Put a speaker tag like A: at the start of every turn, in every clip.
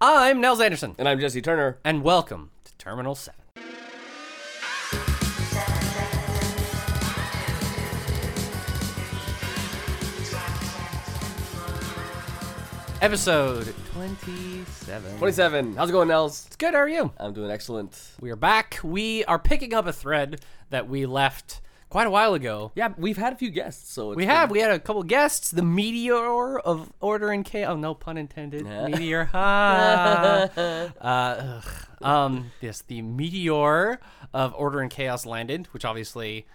A: I'm Nels Anderson,
B: And I'm Jesse Turner.
A: and welcome to Terminal 7. Episode 27.
B: 27. How's it going, Nels?
A: It's good, how are you?
B: I'm doing excellent.
A: We are back. We are picking up a thread that we left quite a while ago.
B: Yeah, we've had a few guests, so it's
A: We have. We had a couple guests. The meteor of order and chaos. Oh, no pun intended. Meteor. Ha. uh, ugh. um. Yes, the meteor of order and chaos landed, which obviously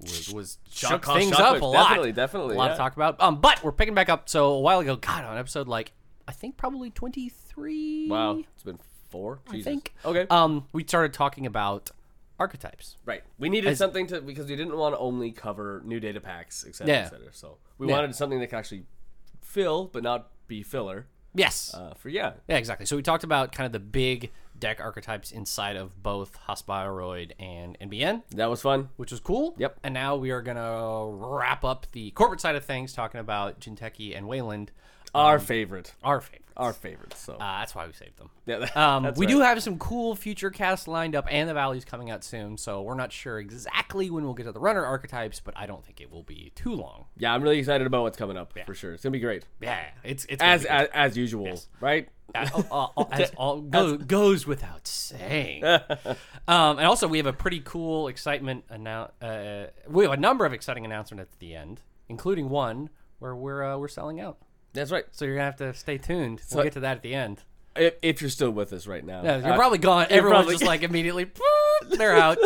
A: was, was shook
B: caused
A: things
B: shock
A: up
B: waves.
A: a lot.
B: Definitely, definitely,
A: A lot to
B: yeah.
A: talk about. Um, but we're picking back up. So a while ago, God, on episode like I think probably twenty three.
B: Wow. It's been four.
A: I
B: Jesus.
A: think.
B: Okay.
A: Um, we started talking about archetypes.
B: right. We needed something to because we didn't want to only cover new data packs, et cetera,
A: Yeah.
B: et cetera. So we
A: Yeah.
B: wanted something that could actually fill, but not be filler.
A: Yes.
B: Uh, for yeah,
A: Yeah, exactly. So we talked about kind of the big deck archetypes inside of both Hospiroid and NBN,
B: that was fun.
A: which was cool.
B: Yep.
A: And now we are gonna wrap up the corporate side of things, talking about Jinteki and Wayland,
B: Our favorite.
A: our favorites.
B: Our favorite. So
A: Um, uh, that's why we saved them.
B: yeah, that-
A: Um,
B: that's
A: we
B: right.
A: do have some cool future casts lined up, and the Valley's coming out soon, so we're not sure exactly when we'll get to the runner archetypes, but I don't think it will be too long.
B: Yeah, I'm really excited about what's coming up for sure. It's gonna be great.
A: Yeah, it's it's gonna
B: As
A: be
B: as, as usual, right?
A: Uh, uh, uh, as all go, goes without saying. um, and also, we have a pretty cool excitement annou- uh, We have a number of exciting announcements at the end, including one where we're uh, we're selling out.
B: That's right.
A: So you're gonna have to stay tuned. we'll get to that at the end.
B: If, if you're still with us right now,
A: Yeah, you're
B: Uh,
A: probably gone. Everyone's
B: probably-
A: just like immediately. they're out.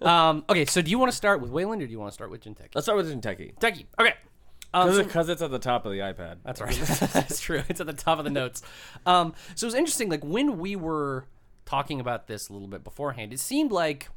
A: Um, okay, so do you want to start with Wayland or do you want to start with Jinteki?
B: let's start with Kentucky
A: Jinteki. Okay. Um, so-
B: because it's at the top of the iPad.
A: That's right. That's true. It's at the top of the notes. Um, so it was interesting. Like when we were talking about this a little bit beforehand, it seemed like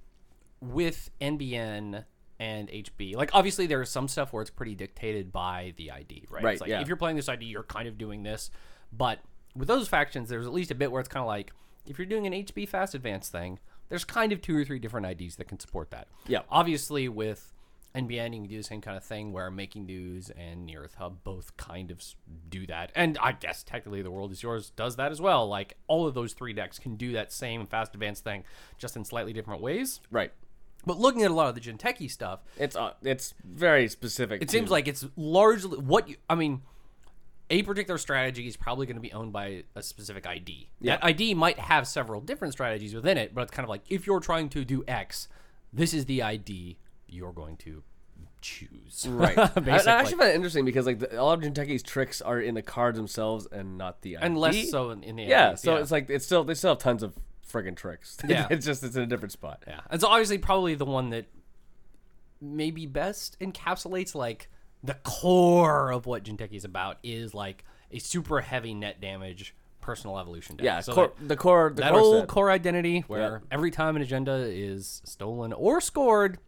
A: with NBN and HB, like obviously there is some stuff where it's pretty dictated by the ID, right?
B: Right,
A: It's like
B: yeah.
A: if you're playing this ID, you're kind of doing this. But with those factions, there's at least a bit where it's kind of like if you're doing an HB fast advance thing, there's kind of two or three different IDs that can support that.
B: Yeah.
A: Obviously, with NBN, you can do the same kind of thing where Making News and Near Earth Hub both kind of s- do that. And I guess technically The World Is Yours does that as well. Like all of those three decks can do that same fast advance thing, just in slightly different ways.
B: Right.
A: But looking at a lot of the Jinteki stuff,
B: It's uh, it's very specific.
A: it seems like it's largely what you, I mean, a particular strategy is probably going to be owned by a specific ID. That ID might have several different strategies within it, but it's kind of like if you're trying to do X, this is the ID you're going to choose.
B: right.
A: Basically.
B: I, I actually find it interesting because like the, all of Kentucky's tricks are in the cards themselves and not the ID.
A: and less so in, in the
B: yeah.
A: IDs,
B: So it's like it's still they still have tons of friggin' tricks.
A: Yeah.
B: it's just it's in a different spot.
A: yeah. It's obviously probably the one that maybe best encapsulates like the core of what Jinteki is about is like a super heavy net damage personal evolution deck.
B: Yeah.
A: so
B: cor-
A: that-
B: the core. The
A: that
B: core
A: old
B: set.
A: core identity where
B: Yeah.
A: every time an agenda is stolen or scored,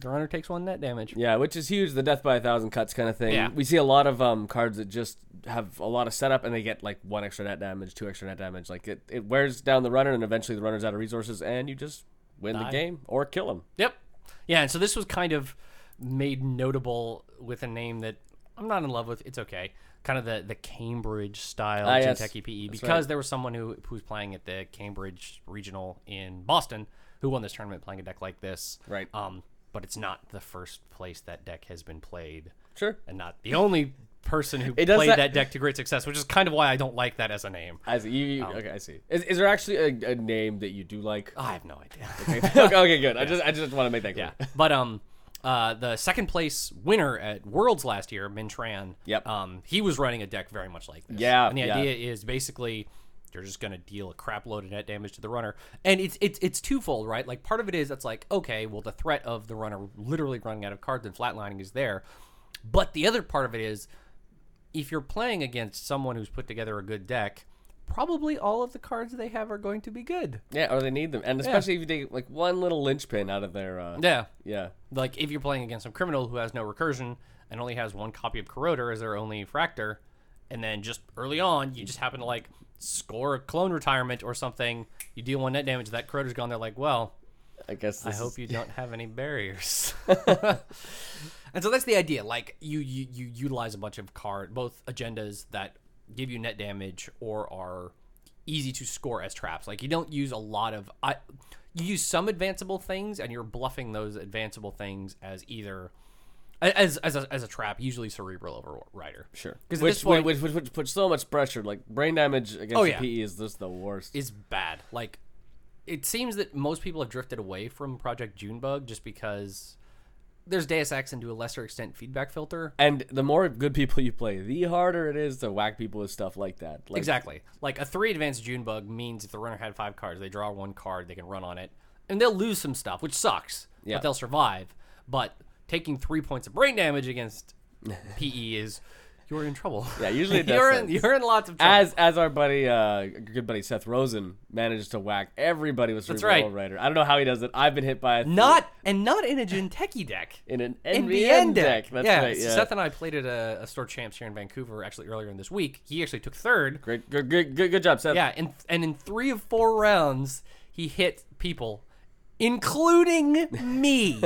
A: the runner takes one net damage.
B: Yeah, which is huge. The death by a thousand cuts kind of thing.
A: Yeah.
B: We see a lot of um cards that just have a lot of setup and they get like one extra net damage, two extra net damage. Like it, it wears down the runner and eventually the runner's out of resources and you just win the game or kill him.
A: Yep. Yeah, and so this was kind of made notable with a name that I'm not in love with. It's okay. Kind of the, the Cambridge style
B: Ah,
A: ah,
B: yes.
A: PE
B: That's
A: because there was someone who, who was playing at the Cambridge Regional in Boston who won this tournament playing a deck like this.
B: Right.
A: Um, but it's not the first place that deck has been played.
B: Sure.
A: and not the only person who
B: It does
A: played that,
B: that-
A: deck to great success, which is kind of why I don't like that as a name.
B: I see. You, you- okay, I see. Is, is there actually a, a name that you do like?
A: I have no idea.
B: okay, okay, good. I just I just want to make that clear.
A: yeah, but um, uh, the second place winner at Worlds last year, Mintran.
B: Yep.
A: Um, he was running a deck very much like this.
B: Yeah,
A: And the
B: yeah.
A: idea is basically you're just going to deal a crap load of net damage to the runner, and it's it's it's twofold, right? Like part of it is that's like okay, well the threat of the runner literally running out of cards and flatlining is there, but the other part of it is if you're playing against someone who's put together a good deck, probably all of the cards they have are going to be good.
B: Yeah, or they need them, and especially if you take like one little linchpin out of their. Uh, yeah.
A: Yeah. Like if you're playing against some criminal who has no recursion and only has one copy of Corroder as their only fractor, and then just early on you just happen to like score a clone retirement or something, you deal one net damage, that Corroder's gone, they're like, Well,
B: I guess. This
A: I
B: Is,
A: hope you don't have any barriers. and so that's the idea. Like you, you, you utilize a bunch of card, both agendas that give you net damage or are easy to score as traps. Like you don't use a lot of I you use some advanceable things and you're bluffing those advanceable things as either as as a, as a trap, usually cerebral overrider.
B: Sure.
A: 'Cause at
B: which,
A: this point-
B: which, which, which puts so much pressure. Like brain damage against
A: Oh,
B: the
A: yeah.
B: PE is just the worst.
A: is bad. Like, it seems that most people have drifted away from Project Junebug just because there's Deus Ex and to a lesser extent Feedback Filter.
B: and the more good people you play, the harder it is to whack people with stuff like that. Like,
A: Exactly. Like a three advanced Junebug means if the runner had five cards, they draw one card, they can run on it, and they'll lose some stuff, which sucks.
B: Yeah.
A: But they'll survive. But taking three points of brain damage against PE is you're in trouble.
B: Yeah, usually it does
A: you're
B: suck.
A: in, you're in lots of trouble.
B: As as our buddy, uh, good buddy Seth Rosen manages to whack everybody with cerebral
A: right.
B: writer. I don't know how he does it. I've been hit by a
A: not and not in a Genteki deck.
B: in an
A: In
B: NBN,
A: the end
B: deck.
A: deck.
B: That's
A: yeah,
B: right. Yeah.
A: Seth and I played at a, a store champs here in Vancouver actually earlier in this week. He actually took third.
B: Great, good, good, good, good job, Seth.
A: Yeah, and and in three of four rounds, he hit people, including me,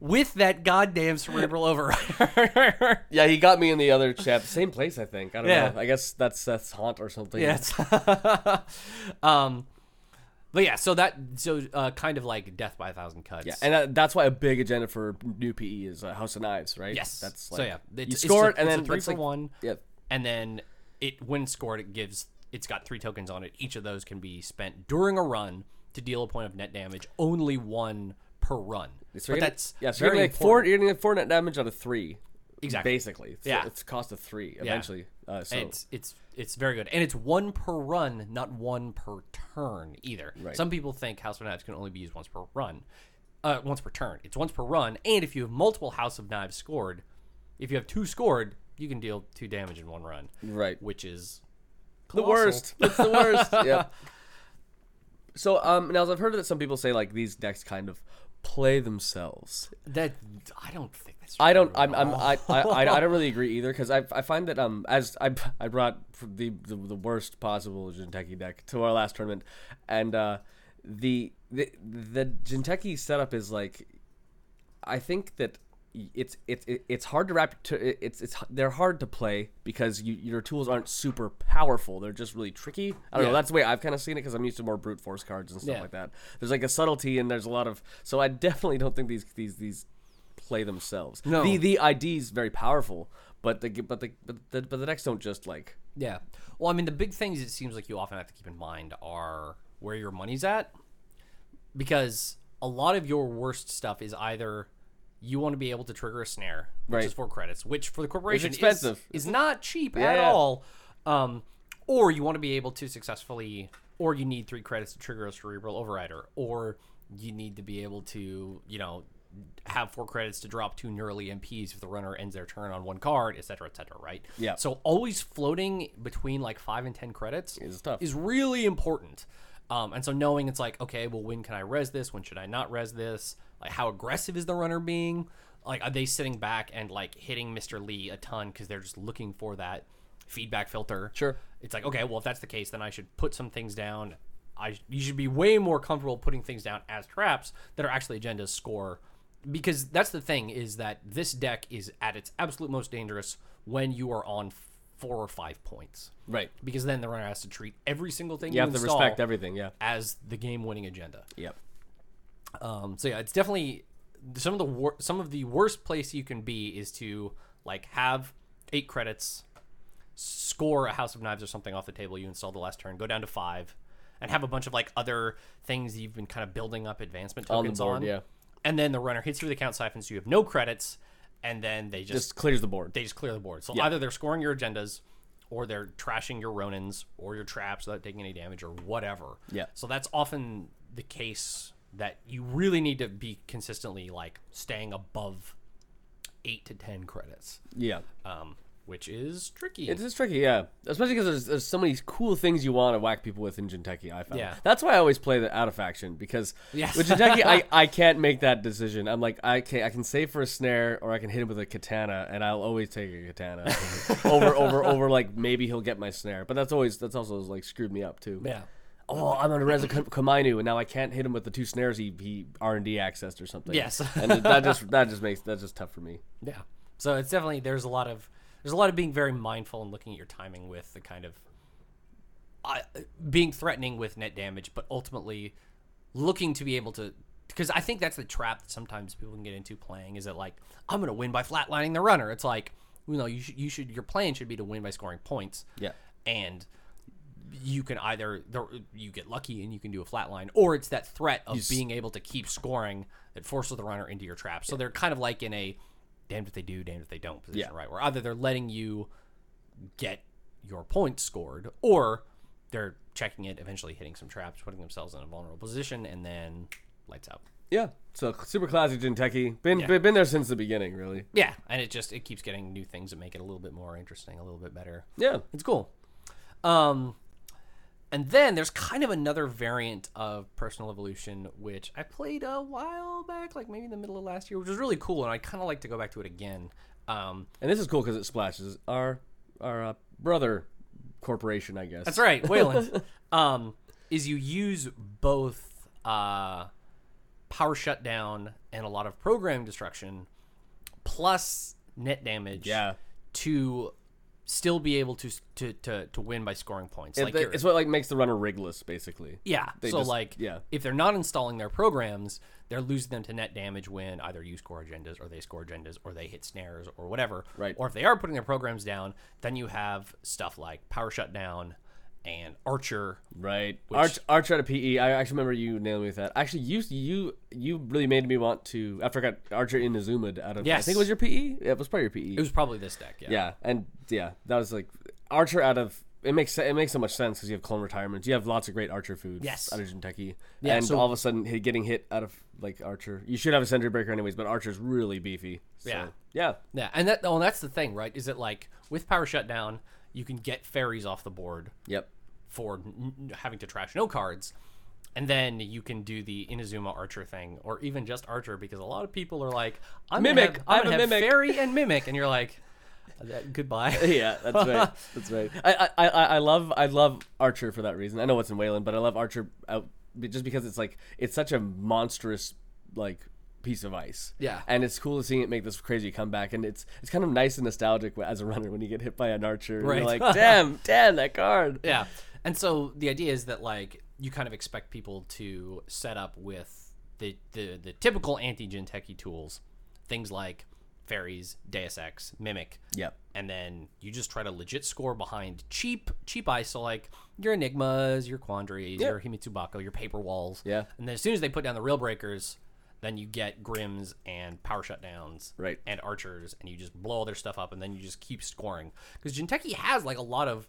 A: with that goddamn cerebral override.
B: Yeah, he got me in the other chap. Same place, I think. I don't
A: Yeah.
B: know. I guess that's Seth's haunt or something.
A: yes. um, but yeah, so that so uh, kind of like death by a thousand cuts.
B: Yeah, and that, that's why a big agenda for new PE is uh, House of Knives, right?
A: yes,
B: That's
A: so
B: like,
A: yeah,
B: you
A: it's-
B: score it,
A: it's a-
B: and
A: it's
B: then
A: a three
B: that's
A: for
B: like-
A: one.
B: Yeah,
A: and then it when scored it gives it's got three tokens on it each of those can be spent during a run to deal a point of net damage only one per run
B: so
A: but
B: you're gonna-
A: that's
B: yeah. So you're
A: very
B: gonna get four.
A: important.
B: You're gonna get four net damage out of three.
A: Exactly.
B: Basically, it's,
A: Yeah.
B: It's cost of three eventually. Uh, so
A: it's it's it's very good and it's one per run not one per turn either some people think house of knives can only be used once per run uh, once per turn it's once per run and if you have multiple house of knives scored if you have two scored you can deal two damage in one run
B: right.
A: which is
B: the
A: colossal.
B: worst. It's the worst. yeah. So um, now I've heard that some people say like these decks kind of play themselves.
A: that i don't think that's
B: I don't. I'm. I'm I, I, I. I don't really agree either because I. I find that um. As I. I brought the the, the worst possible Jinteki deck to our last tournament, and uh, the the the Jinteki setup is like, I think that y- it's it's it- it's hard to wrap to it's it's they're hard to play because you, your tools aren't super powerful they're just really tricky i don't know
A: Yeah.
B: that's the way i've kind of seen it because i'm used to more brute force cards and stuff
A: Yeah.
B: like that there's like a subtlety and there's a lot of so i definitely don't think these these these play themselves
A: No.
B: the the id is very powerful but the but the but the, but the decks don't just like
A: Yeah. Well, I mean, the big things it seems like you often have to keep in mind are where your money's at, because a lot of your worst stuff is either you want to be able to trigger a snare, which
B: Right.
A: is four credits, which for the corporation
B: expensive.
A: is, is not cheap at
B: Yeah.
A: all, um, or you want to be able to successfully, or you need three credits to trigger a cerebral overrider, or you need to be able to, you know. Have four credits to drop two neurally MPs if the runner ends their turn on one card, et cetera, et cetera, right?
B: Yeah.
A: So always floating between like five and ten credits
B: Is tough.
A: really important. Um, and so knowing it's like, okay, well, when can I res this? When should I not res this? Like, how aggressive is the runner being? Like, are they sitting back and like hitting Mr. Lee a ton because they're just looking for that feedback filter?
B: Sure.
A: It's like, okay, well, if that's the case, then I should put some things down. I you should be way more comfortable putting things down as traps that are actually agendas score because that's the thing is that this deck is at its absolute most dangerous when you are on f- four or five points
B: right
A: because then the runner has to treat every single thing you,
B: you have to
A: install
B: respect everything yeah
A: as the game-winning agenda.
B: yep
A: Um, so yeah, it's definitely some of the wor- some of the worst place you can be is to like have eight credits, score a House of Knives or something off the table you installed the last turn, go down to five, and have a bunch of like other things that you've been kind of building up advancement
B: On the
A: tokens on.
B: board, yeah.
A: And then the runner hits through the count siphons, you have no credits, and then they just
B: just clears the board
A: they just clear the board. So either they're scoring your agendas, or they're trashing your Ronins or your traps without taking any damage or whatever.
B: Yeah.
A: So that's often the case that you really need to be consistently like staying above eight to ten credits,
B: yeah
A: um, which is tricky.
B: It's just tricky, yeah. Especially because there's, there's so many cool things you want to whack people with in Jinteki, I found.
A: Yeah.
B: That's why I always play the out of faction because
A: Yes.
B: with Jinteki, I, I can't make that decision. I'm like, I can, I can save for a snare or I can hit him with a katana, and I'll always take a katana over, over, over, like maybe he'll get my snare. But that's always, that's also like screwed me up too.
A: yeah.
B: Oh, I'm on a Reza Kamainu, and now I can't hit him with the two snares he, he R&D accessed or something.
A: Yes.
B: and that just, that just makes, that's just tough for me.
A: Yeah. So it's definitely there's a lot of there's a lot of being very mindful and looking at your timing with the kind of I, being threatening with net damage, but ultimately looking to be able to. Because I think that's the trap that sometimes people can get into playing is that like I'm gonna win by flatlining the runner. It's like you know you should you should your plan should be to win by scoring points.
B: Yeah.
A: and you can either the- you get lucky and you can do a flatline, or it's that threat of being able to keep scoring that forces the runner into your trap. So they're kind of like in a damned if they do, damned if they don't position,
B: Yeah.
A: right? Where either they're letting you get your points scored, or they're checking it, eventually hitting some traps, putting themselves in a vulnerable position, and then lights out.
B: Yeah. So super classy Jinteki. Been been been there since the beginning, really.
A: Yeah, and it just it keeps getting new things that make it a little bit more interesting, a little bit better.
B: Yeah.
A: It's cool. Um, and then there's kind of another variant of Personal Evolution, which I played a while back, like maybe in the middle of last year, which was really cool, and I kind of like to go back to it again. Um,
B: And this is cool because it splashes our our uh, brother corporation, I guess.
A: That's right, Wayland. um, is you use both uh, power shutdown and a lot of program destruction, plus net damage,
B: Yeah.
A: to still be able to to to, to win by scoring points.
B: It-
A: like you're-
B: it's what like makes the runner rigless, basically.
A: yeah, so
B: just-
A: like
B: yeah.
A: if they're not installing their programs, they're losing them to net damage when either you score agendas or they score agendas or they hit snares or whatever.
B: Right.
A: Or if they are putting their programs down, then you have stuff like power shutdown and archer
B: Right. Arch Arch out of PE. E. I actually remember you nailing me with that. Actually, you you you really made me want to. After I got Archer Inazuma out of. I
A: Yes.
B: think it was your PE. Yeah, it was probably your E. PE.
A: It was probably this deck, yeah.
B: yeah, and yeah, that was like Archer out of. It makes se- it makes so much sense because you have clone retirements. You have lots of great Archer food.
A: Yes.
B: out of Jinteki.
A: Yeah,
B: and
A: so-
B: all of a sudden hit, getting hit out of like Archer. You should have a Sentry Breaker anyways, but Archer's really beefy. So,
A: Yeah.
B: yeah,
A: Yeah, and that oh, that's the thing, right? Is it like with power shutdown, you can get fairies off the board
B: yep.
A: for n- n- having to trash no cards. And then you can do the Inazuma Archer thing, or even just Archer, because a lot of people are like, "I'm
B: Mimic,
A: Gonna have, I'm
B: I'm a
A: gonna have
B: mimic.
A: fairy and mimic," and you're like, "That- "Goodbye."
B: Yeah, that's right. That's right. I, I, I, I love I love Archer for that reason. I know it's in Wayland, but I love Archer out, just because it's like it's such a monstrous like piece of ice.
A: Yeah.
B: and it's cool to see it make this crazy comeback, and it's it's kind of nice and nostalgic as a runner when you get hit by an Archer. And
A: Right.
B: you're like, damn, damn that card.
A: yeah. And so the idea is that like you kind of expect people to set up with the the, the typical anti Genteki tools, things like fairies, Deus Ex, mimic,
B: Yep.
A: and then you just try to legit score behind cheap cheap ice so like your enigmas your quandaries your himitsubako your paper walls
B: Yeah.
A: and then as soon as they put down the rail breakers then you get grims and power shutdowns
B: Right.
A: and archers and you just blow all their stuff up and then you just keep scoring because jinteki has like a lot of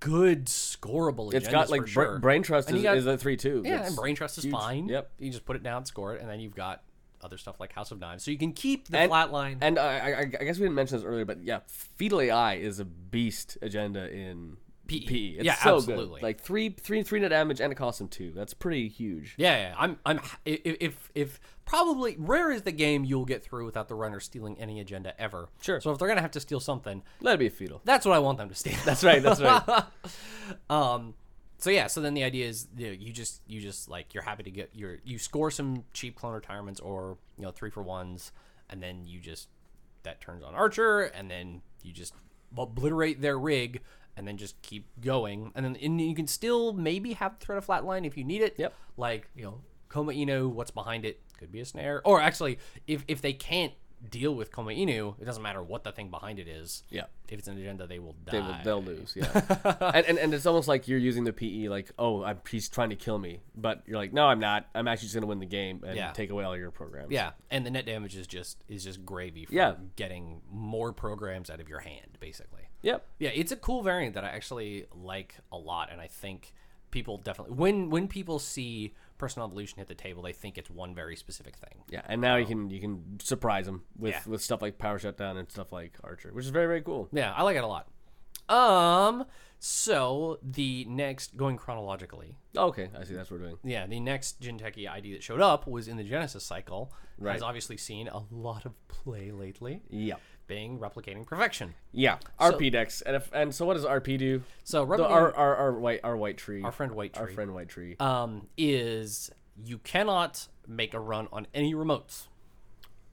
A: good scorable
B: It's got like
A: for
B: bra-
A: sure.
B: brain trust
A: And
B: is,
A: you got-
B: is a three two.
A: yeah, and brain trust is fine.
B: Yep.
A: you just put it down, score it, and then you've got other stuff like House of Knives, so you can keep the
B: And-
A: flat line.
B: And I, I, I guess we didn't mention this earlier, but yeah, fetal AI is a beast agenda in
A: PE.
B: PE. It's
A: E. Yeah,
B: so good.
A: absolutely.
B: Like three, three, three net damage and it costs him two. That's pretty huge.
A: Yeah, yeah, I'm. I'm. If, if if probably rare is the game you'll get through without the runner stealing any agenda ever.
B: Sure.
A: So if they're gonna have to steal something,
B: Let it be fetal.
A: that's what I want them to steal.
B: That's right. That's right.
A: um. So yeah. So then the idea is you, know, you just you just like you're happy to get your you score some cheap clone retirements or you know three for ones, and then you just that turns on Archer, and then you just obliterate their rig. And then just keep going, and then and you can still maybe have the threat of flatline if you need it
B: Yep.
A: like you know Koma Inu, what's behind it could be a snare. Or actually, if if they can't deal with Koma Inu, it doesn't matter what the thing behind it is.
B: Yeah.
A: if it's an agenda, they will die.
B: they will, they'll lose. Yeah. and, and and it's almost like you're using the PE like, oh, I'm, he's trying to kill me, but you're like, no, I'm not. I'm actually just gonna win the game and
A: Yeah.
B: take away all your programs.
A: yeah, and the net damage is just is just gravy for
B: Yeah.
A: getting more programs out of your hand, basically.
B: Yep.
A: Yeah, it's a cool variant that I actually like a lot, and I think people definitely when when people see personal evolution hit the table, they think it's one very specific thing.
B: Yeah. And now you can you can surprise him with
A: Yeah.
B: with stuff like power shutdown and stuff like archer, which is very very cool.
A: Yeah, I like it a lot. Um, so the next going chronologically,
B: Okay, I see. That's what we're doing.
A: yeah, the next Jinteki ID that showed up was in the Genesis cycle. Has
B: Right.
A: obviously seen a lot of play lately,
B: Yeah.
A: being replicating perfection.
B: Yeah, RP decks, and if, and so what does RP do?
A: So
B: The,
A: replicating
B: our, our our white our white tree,
A: our friend White Tree,
B: our friend white tree.
A: um, is you cannot make a run on any remotes.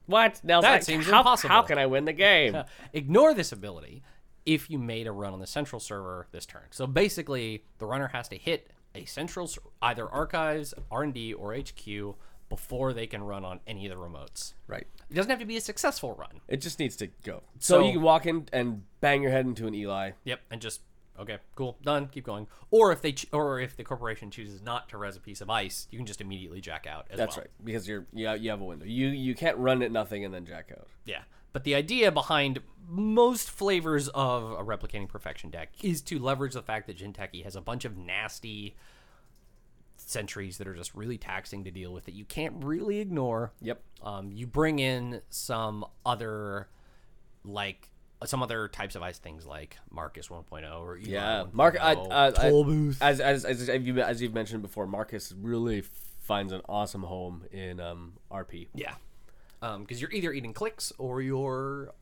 B: what now?
A: that seems
B: how,
A: impossible.
B: How can I win the game?
A: Ignore this ability, if you made a run on the central server this turn. So basically, the runner has to hit a central s- either archives, R&D or HQ before they can run on any of the remotes.
B: Right.
A: It doesn't have to be a successful run.
B: It just needs to go. So,
A: So-
B: you can walk in and bang your head into an Eli.
A: Yep, and just okay, cool, done, keep going. Or if they ch- or if the corporation chooses not to res a piece of ice, you can just immediately jack out as
B: That's
A: well.
B: right. Because you're yeah, you have a window. You you can't run at nothing and then jack out.
A: Yeah. But the idea behind most flavors of a replicating perfection deck is to leverage the fact that Jinteki has a bunch of nasty sentries that are just really taxing to deal with that you can't really ignore.
B: Yep.
A: Um, you bring in some other, like, some other types of ice things like Marcus 1.0 or Eli
B: Yeah,
A: 1.0,
B: Mark. I, I, I,
A: Tollbooth.
B: As as as as you've, as you've mentioned before, Marcus really f- finds an awesome home in um RP.
A: Yeah. Because you're either eating clicks or you're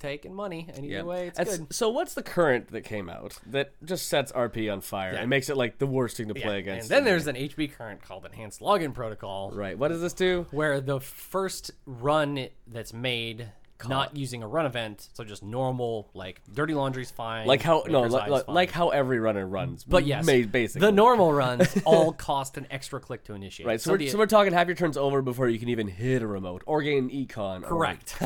A: taking money. And either way, it's
B: That's-
A: good.
B: So what's the current that came out that just sets RP on fire and makes it like the worst thing to play against?
A: And then there's an HB current called Enhanced Login Protocol,
B: right. What does this do?
A: where the first run that's made, not using a run event, so just normal, like Dirty Laundry's fine.
B: Like how no
A: Maker's
B: like,
A: Eye's
B: like,
A: fine.
B: how every runner runs,
A: but yes,
B: ma- basically
A: the normal runs all cost an extra click to initiate.
B: Right, so,
A: So
B: we're,
A: the-
B: so we're talking half your turns over before you can even hit a remote or gain an econ. Oh, or-
A: Correct.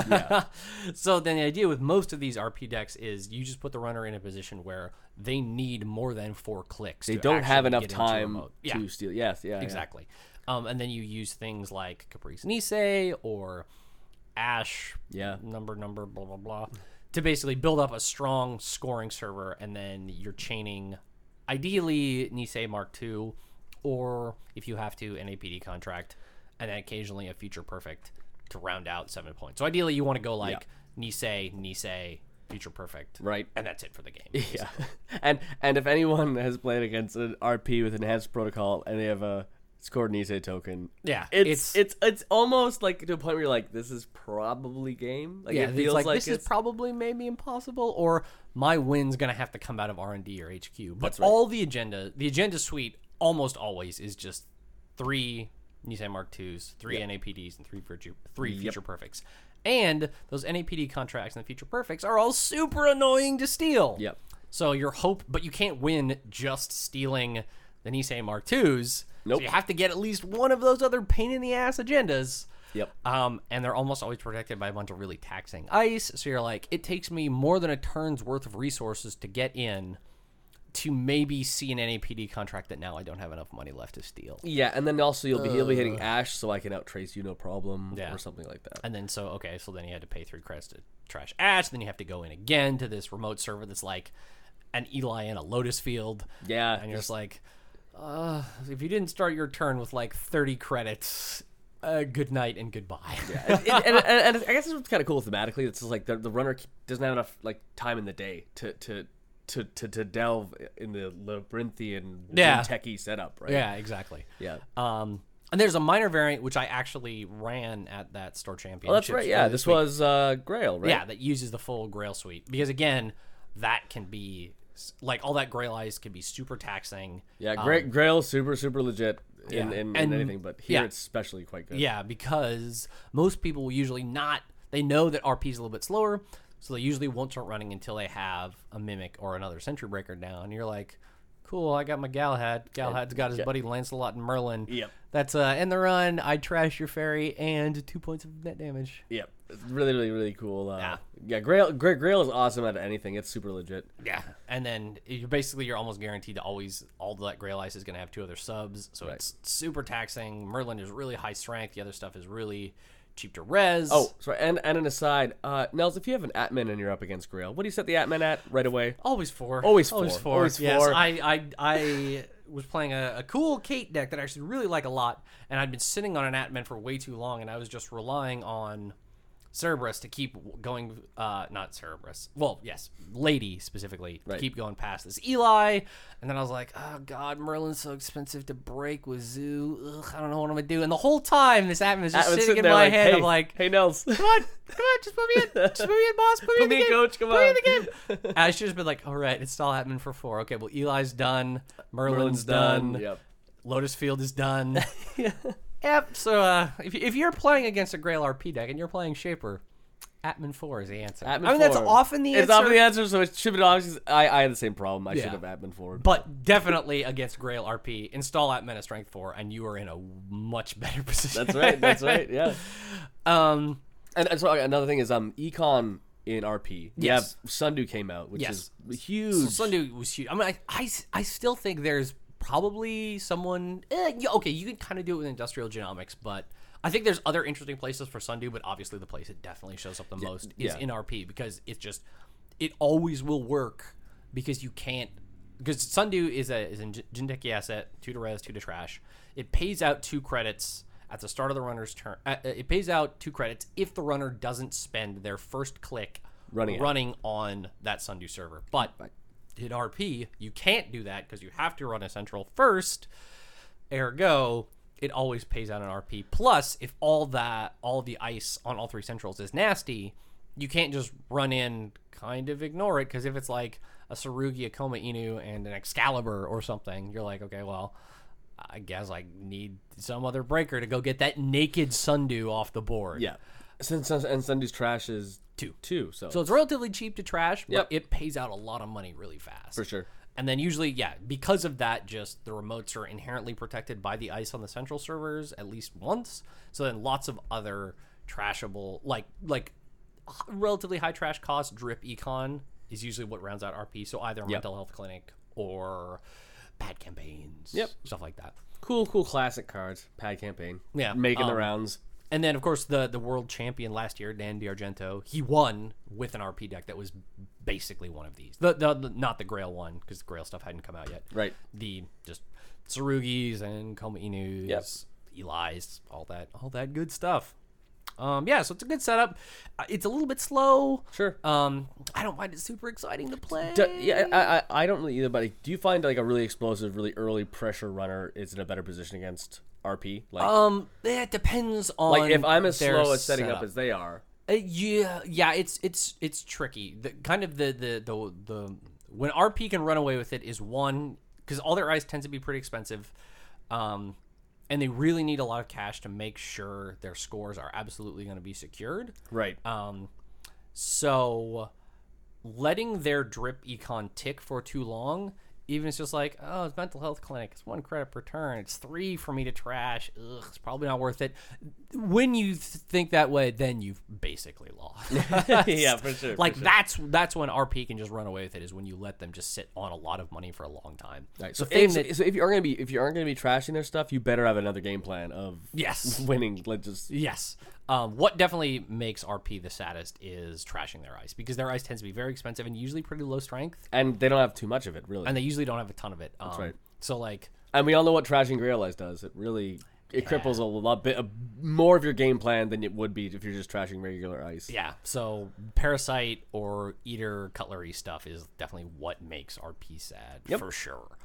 A: so then the idea with most of these RP decks is you just put the runner in a position where they need more than four clicks.
B: they don't have enough
A: To
B: time
A: actually get into a mode.
B: to steal. Yes, yeah, yeah.
A: Yeah, exactly. Um, and then you use things like Caprice Nisei or Ash
B: Yeah.
A: number number blah blah blah to basically build up a strong scoring server, and then you're chaining ideally Nisei Mark II, or if you have to an APD contract, and then occasionally a Future Perfect to round out seven points. So ideally, you want to go like Nisei Nisei Future Perfect,
B: Right.
A: And that's it for the game.
B: Yeah, and and if anyone has played against an RP with enhanced protocol and they have a scored Nisei token,
A: Yeah,
B: it's, it's it's almost like to a point where you're like, this is probably game. Like
A: yeah,
B: it
A: it's
B: feels
A: like,
B: like,
A: this is probably maybe impossible, or my win's gonna have to come out of R and D or HQ. But
B: right.
A: all the agenda, the agenda suite, almost always is just three Nissan Mark IIs, three NAPDs, and three virtue, three future perfects. And those NAPD contracts and the future perfects are all super annoying to steal.
B: Yep.
A: So your hope, but you can't win just stealing the Nissan Mark IIs.
B: Nope.
A: So you have to get at least one of those other pain in the ass agendas.
B: Yep.
A: Um, and they're almost always protected by a bunch of really taxing ice. So you're like, it takes me more than a turn's worth of resources to get in to maybe see an NAPD contract that now I don't have enough money left to steal.
B: yeah, and then also you'll be he'll be hitting Ash, so I can outtrace you no problem
A: Yeah.
B: or something like that.
A: And then so okay, so then you had to pay three credits to trash ash. Then you have to go in again to this remote server that's like an Eli and a Lotus Field.
B: Yeah,
A: and you're just like, uh, if you didn't start your turn with like 30 credits, uh, good night and goodbye. Yeah,
B: and, and, and, and I guess it's kind of cool thematically. It's just like the, the runner doesn't have enough like time in the day to to to to, to delve in the labyrinthian
A: Yeah.
B: techie setup, right?
A: yeah exactly.
B: yeah.
A: Um, and there's a minor variant which I actually ran at that store championship.
B: Well, Oh, that's right. Yeah, this was uh, Grail, right?
A: yeah, that uses the full Grail suite because again, that can be s- like all that Grail eyes can be super taxing.
B: yeah. Gra- Grail, super, super legit in,
A: Um, Yeah.
B: in, in
A: And-
B: anything, but here
A: yeah.
B: it's especially quite good.
A: Yeah, because most people will usually not. They know that RP is a little bit slower, so they usually won't start running until they have a mimic or another Sentry Breaker down. And you're like, cool, I got my Galahad. Galahad's got his buddy Lancelot and Merlin.
B: Yep.
A: That's uh, end the run. I trash your fairy and two points of net damage.
B: Yep. It's really, really, really cool. Uh, yeah.
A: Yeah.
B: Grail, Gra- Grail is awesome out of anything. It's super legit.
A: Yeah, and then you basically you're almost guaranteed to always all that Grail Ice is going to have two other subs, so it's super taxing. Merlin is really high strength. The other stuff is really cheap to res.
B: Oh, sorry. And, and an aside, uh, Nels, if you have an Atman and you're up against Grail, what do you set the Atman at right away?
A: Always four.
B: Always
A: Always
B: four.
A: four.
B: Always
A: yes,
B: four.
A: I, I, I was playing a, a cool Kate deck that I actually really like a lot, and I'd been sitting on an Atman for way too long, and I was just relying on Cerberus to keep w- going. Uh, not Cerberus. Well, yes, Lady specifically to
B: Right.
A: keep going past this Eli, and then I was like, oh god, Merlin's so expensive to break with Zoo. Ugh, I don't know what I'm gonna do. And the whole time, this Atman is just
B: Atman's
A: sitting,
B: sitting
A: in
B: there
A: my
B: like,
A: head.
B: "Hey,
A: I'm like,
B: hey, Nels.
A: come on, come on, just put me in, just put me in, boss, put me
B: Put
A: in the
B: me in,
A: game,
B: coach, come
A: put me
B: on."
A: in the game. And I should have been like, all right, it's still happening for four. Okay, well, Eli's done, Merlin's, done,
B: Yep.
A: Lotus Field is done. yep. So uh, if if you're playing against a Grail RP deck and you're playing Shaper, Atman four is the answer.
B: Atman
A: I mean, that's
B: forward.
A: often the
B: It's
A: answer.
B: often the answer, so it should be obvious. I, I had the same problem. I
A: Yeah.
B: should have Atman forward.
A: but definitely against Grail RP, install Atman at strength four, and you are in a much better position.
B: That's right. That's right. Yeah.
A: um,
B: And, and so another thing is um econ in RP. Yeah,
A: Yes.
B: Sundu came out, which
A: Yes.
B: is huge.
A: Sundu was huge. I mean, I, I, I still think there's probably someone. Eh, yeah, okay, you can kind of do it with industrial genomics, but I think there's other interesting places for Sundu. But obviously, the place it definitely shows up the most is
B: yeah.
A: in RP because it just it always will work because you can't because Sundu is a is a gen- Jindeki asset, two to res, two to trash. It pays out two credits. At the start of the runner's turn, uh, it pays out two credits if the runner doesn't spend their first click
B: Running it.
A: running on that Sundew server. But in RP, you can't do that because you have to run a central first. Ergo, it always pays out an RP. Plus, if all that all the ice on all three centrals is nasty, you can't just run in kind of ignore it because if it's like a Sarugi, a Koma Inu, and an Excalibur or something, you're like, okay, well. I guess I need some other breaker to go get that naked Sundew off the board.
B: Yeah. Since and, and Sundu's trash is
A: Two.
B: two. So,
A: So it's relatively cheap to trash, but
B: Yep.
A: it pays out a lot of money really fast.
B: for sure.
A: And then usually, yeah, because of that, just the remotes are inherently protected by the ice on the central servers at least once. So then lots of other trashable, like like h- relatively high trash cost drip econ is usually what rounds out RP. So either a mental health clinic or bad campaigns,
B: Yep.
A: stuff like that.
B: Cool, cool classic cards. Pad campaign.
A: Yeah,
B: Making the
A: um,
B: rounds.
A: And then, of course, the the world champion last year, Dan D'Argento, he won with an RP deck that was basically one of these. The, the, the not the Grail one because the Grail stuff hadn't come out yet.
B: Right.
A: The just Tsurugis and Koma Inus, Eli's, all that, all that good stuff. Um, yeah, so it's a good setup. Uh, It's a little bit slow.
B: Sure.
A: Um, I don't find it super exciting to play.
B: Do- yeah, I, I I don't really either. But like, do you find like a really explosive, really early pressure runner is in a better position against RP? Like,
A: um, it depends on
B: like if I'm as
A: their
B: slow at setting
A: setup.
B: up as they are,
A: Uh, yeah, yeah, it's it's it's tricky. The kind of the the the, the when RP can run away with it is one because all their eyes tends to be pretty expensive, um, and they really need a lot of cash to make sure their scores are absolutely going to be secured.
B: right?
A: Um, so letting their drip econ tick for too long, even it's just like, oh, it's mental health clinic. It's one credit per turn. It's three for me to trash. Ugh, it's probably not worth it. When you th- think that way, then you've basically lost.
B: yeah, for sure. for
A: like
B: sure.
A: that's that's when RP can just run away with it. Is when you let them just sit on a lot of money for a long time.
B: Right,
A: So
B: So,
A: thing
B: if,
A: that
B: so if you are gonna be if you aren't gonna be trashing their stuff, you better have another game plan of
A: yes,
B: winning. Like just
A: Yes. Um, what definitely makes RP the saddest is trashing their ice because their ice tends to be very expensive and usually pretty low strength,
B: and they don't have too much of it really.
A: and
B: And,
A: they usually don't have a ton of it. Um, That's
B: right.
A: So like,
B: we all know what trashing Grail Eyes does. It really it cripples a lot bit a, more of your game plan than it would be if you're just trashing regular ice.
A: yeah. So parasite or eater cutlery stuff is definitely what makes RP sad for sure.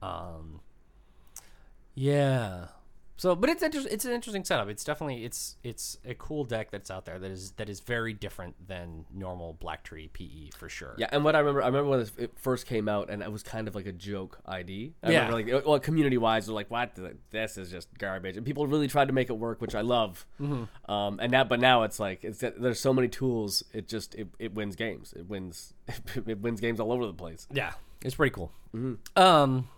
A: Um, yeah. So, but it's inter- it's an interesting setup. It's definitely it's it's a cool deck that's out there that is that is very different than normal Black Tree PE for sure.
B: Yeah, and what I remember, I remember when this- it first came out, and it was kind of like a joke ID. I
A: Yeah.
B: remember like, well, community wise, they're like, "What? the- This is just garbage," and people really tried to make it work, which I love.
A: Mm-hmm.
B: Um, and now, but now it's like it's that there's so many tools. It just it, it wins games. It wins it wins games all over the place.
A: Yeah, it's pretty cool.
B: Mm-hmm.
A: Um,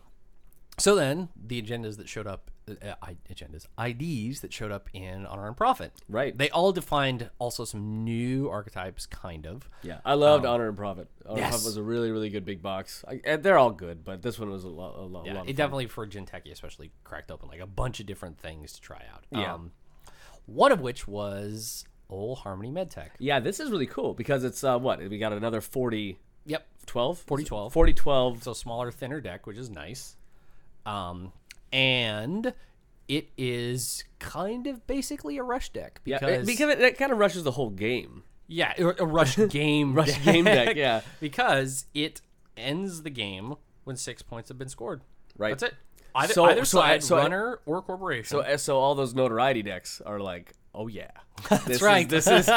A: so then the agendas that showed up, uh, I, agendas, IDs that showed up in Honor and Profit.
B: Right.
A: They all defined also some new archetypes, kind of.
B: Yeah, I loved Honor and Profit. Honor
A: Um, yes.
B: and Profit was a really really good big box. I, and they're all good, but this one was a lot a lot.
A: Yeah,
B: a lot of
A: it
B: fun.
A: definitely for Genteki especially cracked open like a bunch of different things to try out.
B: Yeah.
A: Um, one of which was Old Harmony MedTech.
B: yeah, this is really cool because it's uh, what we got another 40,
A: Yep.
B: 12?
A: 40-12.
B: 40 12
A: So smaller, thinner deck, which is nice. Um, and it is kind of basically a rush deck
B: Yeah,
A: because
B: it- because it, it kind of rushes the whole game.
A: Yeah, a a rush game
B: Rush game deck, yeah.
A: because it ends the game when six points have been scored.
B: Right.
A: That's it. Either,
B: So-
A: either
B: so I-
A: side,
B: so I-
A: runner or corporation.
B: So eh, so all those notoriety decks are like, oh yeah, that's
A: right.
B: this is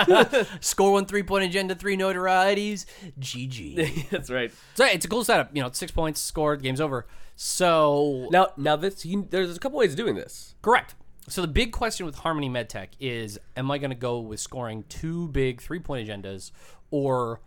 A: Score one three point agenda, three notorieties. GG.
B: that's right.
A: so yeah, it's a cool setup. You know, it's six points scored, game's over. So
B: Now now this you, there's a couple ways of doing this.
A: correct. So the big question with Harmony MedTech is: Am I going to go with scoring two big three-point agendas, or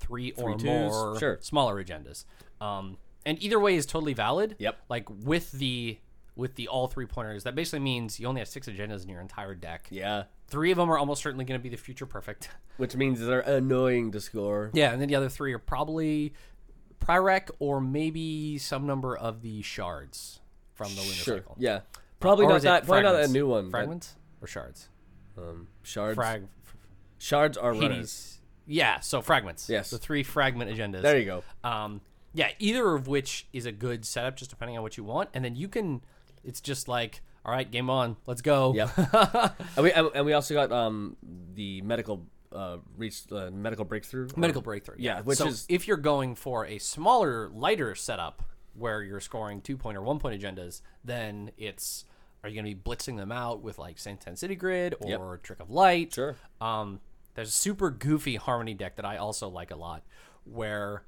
A: three or
B: Three twos,
A: more
B: sure.
A: smaller agendas? Um, and either way is totally valid.
B: Yep.
A: Like with the with the all three-pointers, that basically means you only have six agendas in your entire deck.
B: Yeah.
A: Three of them are almost certainly going to be the future perfect.
B: Which means they're annoying to score.
A: Yeah, and then the other three are probably Pryrek or maybe some number of the shards from the Lunar
B: Sure.
A: Cycle.
B: Yeah. Probably
A: Or
B: not
A: is it
B: that. Probably not
A: fragments?
B: that new one. but,
A: Fragments or shards?
B: um, shards.
A: Frag.
B: Shards are runners.
A: Hades. Yeah, so fragments.
B: Yes.
A: The three fragment agendas.
B: There you go.
A: Um, yeah, either of which is a good setup, just depending on what you want. And then you can, it's just like, all right, game on, let's go.
B: Yep. and we and and we also got um the medical uh reach uh, medical breakthrough. or-
A: Medical breakthrough.
B: Yeah, which
A: So
B: is-
A: if you're going for a smaller, lighter setup where you're scoring two point or one point agendas, then it's are you going to be blitzing them out with like Saint Ten City Grid or Trick of Light?
B: Sure.
A: Um, there's a super goofy harmony deck that I also like a lot, where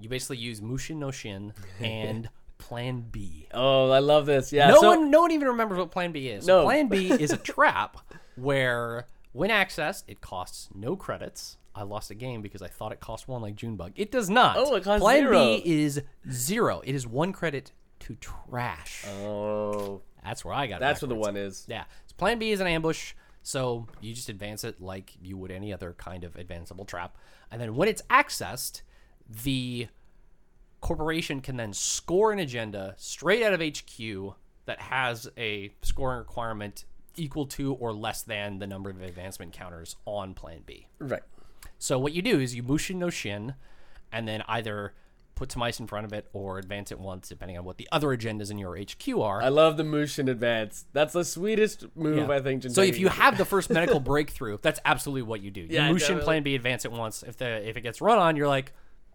A: you basically use Mushin no Shin and Plan B.
B: Oh, I love this. Yeah.
A: No
B: so-
A: one, no one even remembers what Plan B is.
B: No.
A: Plan B is a trap where, when accessed, it costs no credits. I lost a game because I thought it cost one, like Junebug. It does not.
B: Oh, it costs
A: Plan
B: zero.
A: B is zero. It is one credit to trash.
B: Oh,
A: that's where I got. it
B: that's what
A: backwards.
B: the one is.
A: Yeah. So plan B is an ambush, so you just advance it like you would any other kind of advanceable trap. And then when it's accessed, the corporation can then score an agenda straight out of HQ that has a scoring requirement equal to or less than the number of advancement counters on plan B.
B: Right.
A: So what you do is you mushin no shin, and then either put some ice in front of it or advance it once, depending on what the other agendas in your HQ are.
B: I love the Mushin advance. That's the sweetest move
A: Yeah.
B: I think.
A: So if
B: Jinteki
A: you
B: can-
A: have the first medical breakthrough, that's absolutely what you do. You
B: Yeah,
A: Mushin
B: definitely.
A: Plan B advance it once. If the if it gets run on, you're like,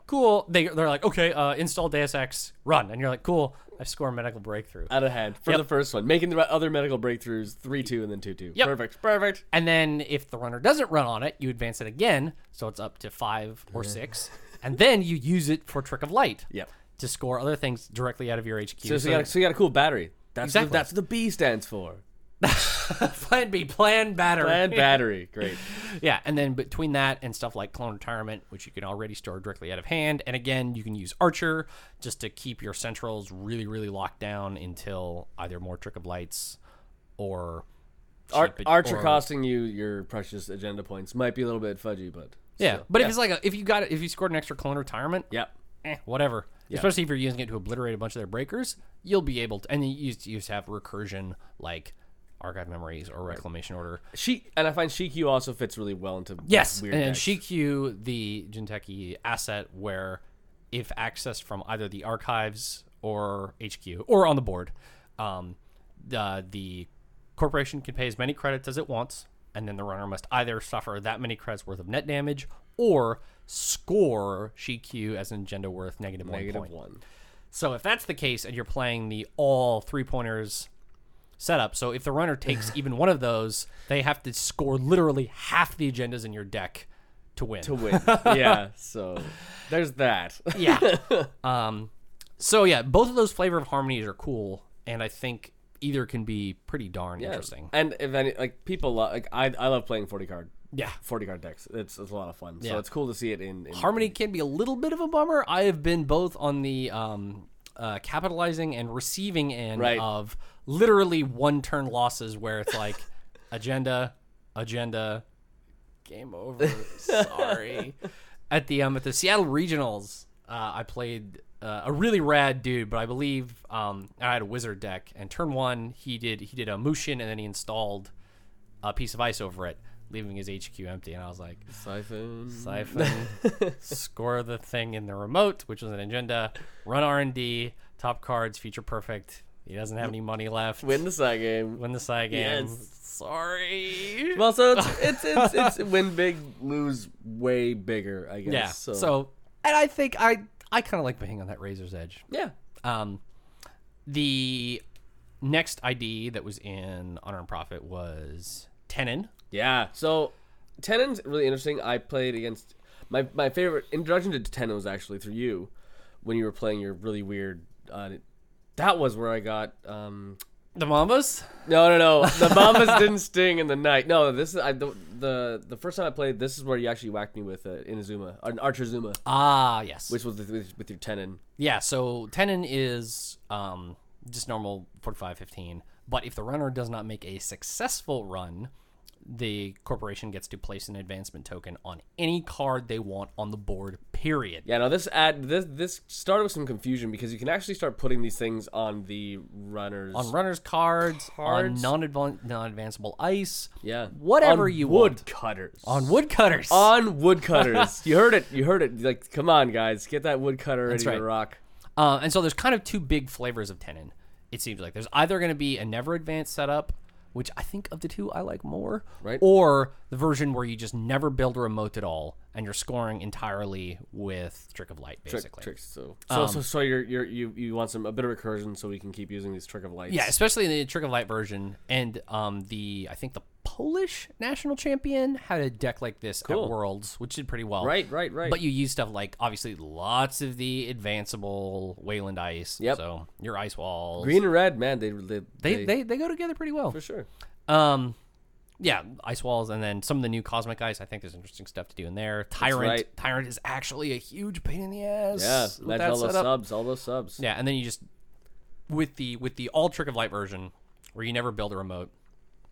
A: cool. They they're like, okay, uh, install Deus Ex, run, and you're like, cool. I score a medical breakthrough,
B: out of hand for the first one, making the other medical breakthroughs three two and then two two.
A: Yep.
B: Perfect. Perfect.
A: and then if the runner doesn't run on it, you advance it again, so it's up to five or six, and then you use it for Trick of Light.
B: Yep.
A: To score other things directly out of your HQ.
B: So, so you got, so you got a cool battery. That's
A: Exactly.
B: the, that's what the B stands for.
A: plan B, plan battery.
B: Bad battery. Great.
A: Yeah, and then between that and stuff like Clone Retirement, which you can already store directly out of hand, and again, you can use Archer just to keep your centrals really, really locked down until either more Trick of Lights or
B: Ar-
A: cheap-
B: Archer
A: or-
B: costing you your precious agenda points might be a little bit fudgy, but
A: Yeah,
B: still.
A: but if it's like a, if you got if you scored an extra Clone Retirement,
B: yep.
A: eh, whatever. Especially if you're using it to obliterate a bunch of their breakers, you'll be able to, and you used to, you used to have recursion like Archive Memories or Reclamation Order.
B: She and I find Shikyu also fits really well into
A: Yes,
B: weird
A: and
B: decks.
A: Shikyu, the Jinteki asset, where if accessed from either the archives or HQ or on the board, um, the the corporation can pay as many credits as it wants, and then the runner must either suffer that many credits worth of net damage or score Shikyu as an agenda worth negative one
B: negative
A: point.
B: one.
A: So if that's the case, and you're playing the all three pointers setup, so if the runner takes even one of those, they have to score literally half the agendas in your deck to win.
B: to win. yeah, so there's that.
A: yeah. um. So yeah, both of those flavor of harmonies are cool, and I think either can be pretty darn interesting.
B: And if any, like people love, like I, I love playing forty card,
A: Yeah.
B: forty card decks. It's, it's a lot of fun.
A: Yeah.
B: So it's cool to see it in, in
A: Harmony can be a little bit of a bummer. I have been both on the um, uh, capitalizing and receiving end
B: Right.
A: of literally one turn losses where it's like agenda, agenda, game over. Sorry. at the um at the Seattle Regionals, uh, I played uh, a really rad dude, but I believe um I had a wizard deck and turn one he did he did a Mushin and then he installed a piece of ice over it, leaving his HQ empty, and I was like
B: siphon.
A: siphon, score the thing in the remote, which was an agenda, run R and D, top cards, feature perfect. He doesn't have any money left.
B: Win the side game.
A: Win the side game.
B: Yes.
A: Sorry.
B: Well, so it's it's, it's it's win big, lose way bigger. I guess.
A: yeah.
B: So,
A: So. and I think I I kind of like being on that razor's edge.
B: yeah,
A: Um, the next ID that was in Honor and Profit was Tenon.
B: yeah. So Tenon's really interesting. I played against my my favorite introduction to Tenon was actually through you when you were playing your really weird. Uh, that was where I got um,
A: The Mambas?
B: No, no, no. The Mambas didn't sting in the night. No, this is I, the, the the first time I played. This is where you actually whacked me with uh, Inazuma, an Archer Zuma,
A: Ah, yes.
B: which was with, with, with your tenon.
A: Yeah, so tenon is um, just normal 45 15. But if the runner does not make a successful run, the corporation gets to place an advancement token on any card they want on the board, period.
B: Yeah, no, this ad this this started with some confusion because you can actually start putting these things on the runners.
A: On runners' cards,
B: Cards?
A: on non non advanceable ice,
B: yeah,
A: whatever
B: On
A: you want.
B: woodcutters.
A: On woodcutters.
B: on woodcutters. you heard it. You heard it. Like, come on, guys, get that woodcutter ready
A: right.
B: to rock.
A: Uh, and so there's kind of two big flavors of tenon. It seems like there's either going to be a never advanced setup, which I think of the two I like more,
B: Right.
A: Or the version where you just never build a remote at all and you're scoring entirely with trick of light, basically.
B: Tricks. So, so,
A: Um,
B: so, so you're, you're you you want some a bit of recursion so we can keep using these trick of lights.
A: Yeah, especially in the trick of light version, and um, the I think the Polish national champion had a deck like this at Worlds, which did pretty well.
B: Right. Right. Right.
A: But you use stuff like obviously lots of the advanceable Wayland ice.
B: Yep.
A: So your ice walls.
B: green and red, man, they they
A: they, they they go together pretty well.
B: for sure.
A: Um, yeah, ice walls, and then some of the new cosmic ice. I think there's interesting stuff to do in there. Tyrant,
B: right.
A: Tyrant is actually a huge pain in the ass.
B: Yeah,
A: with
B: imagine
A: that
B: all those
A: setup.
B: subs, all those subs.
A: Yeah, and then you just with the with the all trick of light version, where you never build a remote,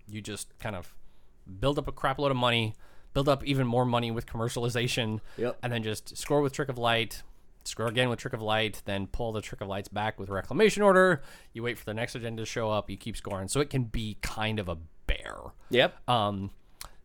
A: you just kind of build up a crap load of money, build up even more money with commercialization,
B: Yep.
A: and then just score with trick of light. Score again with Trick of Light, then pull the Trick of Lights back with Reclamation Order. You wait for the next agenda to show up. You keep scoring, so it can be kind of a bear
B: Yep.
A: um,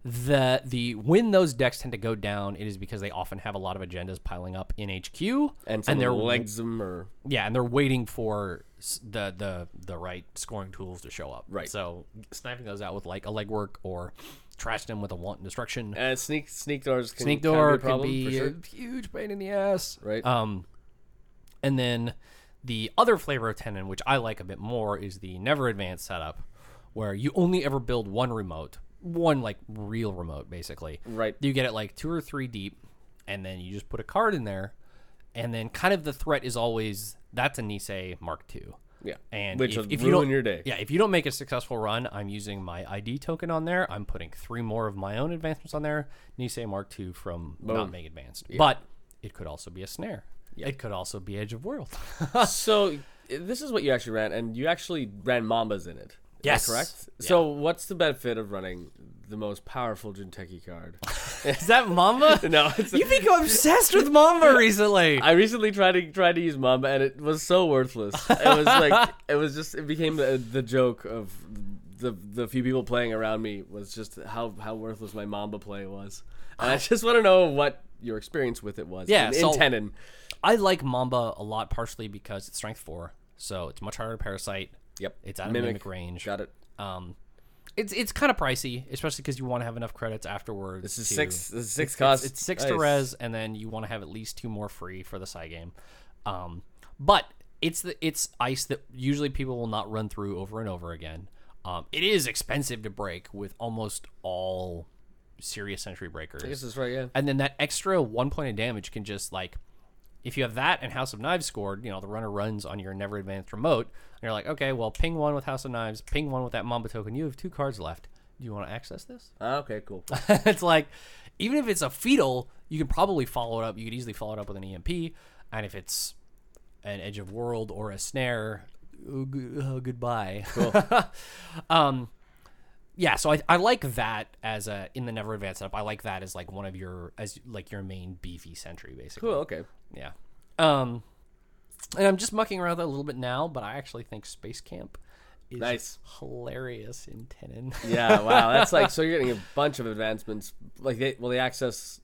A: the the when those decks tend to go down, it is because they often have a lot of agendas piling up in HQ,
B: and some
A: they're
B: of the legs them or
A: yeah, and they're waiting for s- the the the right scoring tools to show up.
B: Right.
A: So sniping those out with like a legwork or trash them with a wanton destruction.
B: uh, sneak sneak doors. Can,
A: Sneak
B: can
A: door
B: be a problem,
A: can be
B: for sure.
A: a huge pain in the ass.
B: Right.
A: Um, and then the other flavor of tenon, which I like a bit more, is the never advanced setup, where you only ever build one remote, one like real remote, basically.
B: Right.
A: You get it like two or three deep, and then you just put a card in there, and then kind of the threat is always that's a Nisei Mark II.
B: yeah,
A: And
B: which
A: if,
B: will
A: if you
B: ruin
A: don't,
B: your day.
A: Yeah, if you don't make a successful run, I'm using my ID token on there. I'm putting three more of my own advancements on there. Nisei Mark II from not make advanced, but it could also be a snare. It could also be Edge of World.
B: so this is what you actually ran, and you actually ran Mambas in it. Is that
A: Yes.
B: correct. So what's the benefit of running the most powerful Jinteki card?
A: Is that Mamba?
B: no, it's
A: You've become obsessed with Mamba recently.
B: I recently tried to tried to use Mamba, and it was so worthless. It was like it was just it became the, the joke of the the few people playing around me was just how how worthless my Mamba play was. And I just want to know what your experience with it was.
A: Ah. Yeah,
B: in,
A: so-
B: in Tenon.
A: I like Mamba a lot, partially because it's strength four, so it's much harder to parasite.
B: Yep,
A: It's out of
B: Mimic.
A: mimic, range.
B: got it.
A: Um, it's it's kind of pricey, especially because you want to have enough credits afterwards.
B: This is
A: to-
B: six. This is six cost.
A: It's six to
B: Nice.
A: res, and then you want to have at least two more free for the side game. Um, but it's the it's ice that usually people will not run through over and over again. Um, it is expensive to break with almost all serious century breakers,
B: This is right. Yeah.
A: and then that extra one point of damage can just like. If you have that and House of Knives scored, you know, the runner runs on your never advanced remote, and you're like, okay, well, ping one with House of Knives, ping one with that Mamba token. You have two cards left. Do you want to access this?
B: Ah, okay. Cool.
A: it's like even if it's a fetal, you can probably follow it up. You could easily follow it up with an EMP, and if it's an Edge of World or a snare, oh, g- oh, goodbye. um, yeah, so I, I like that as a in the never advanced setup. I like that as like one of your as like your main beefy sentry basically.
B: Cool. Okay.
A: Yeah. Um, and I'm just mucking around with it a little bit now, but I actually think Space Camp is
B: Nice.
A: hilarious in Tenon.
B: Yeah. Wow. That's like so. You're getting a bunch of advancements. Like they well, they access.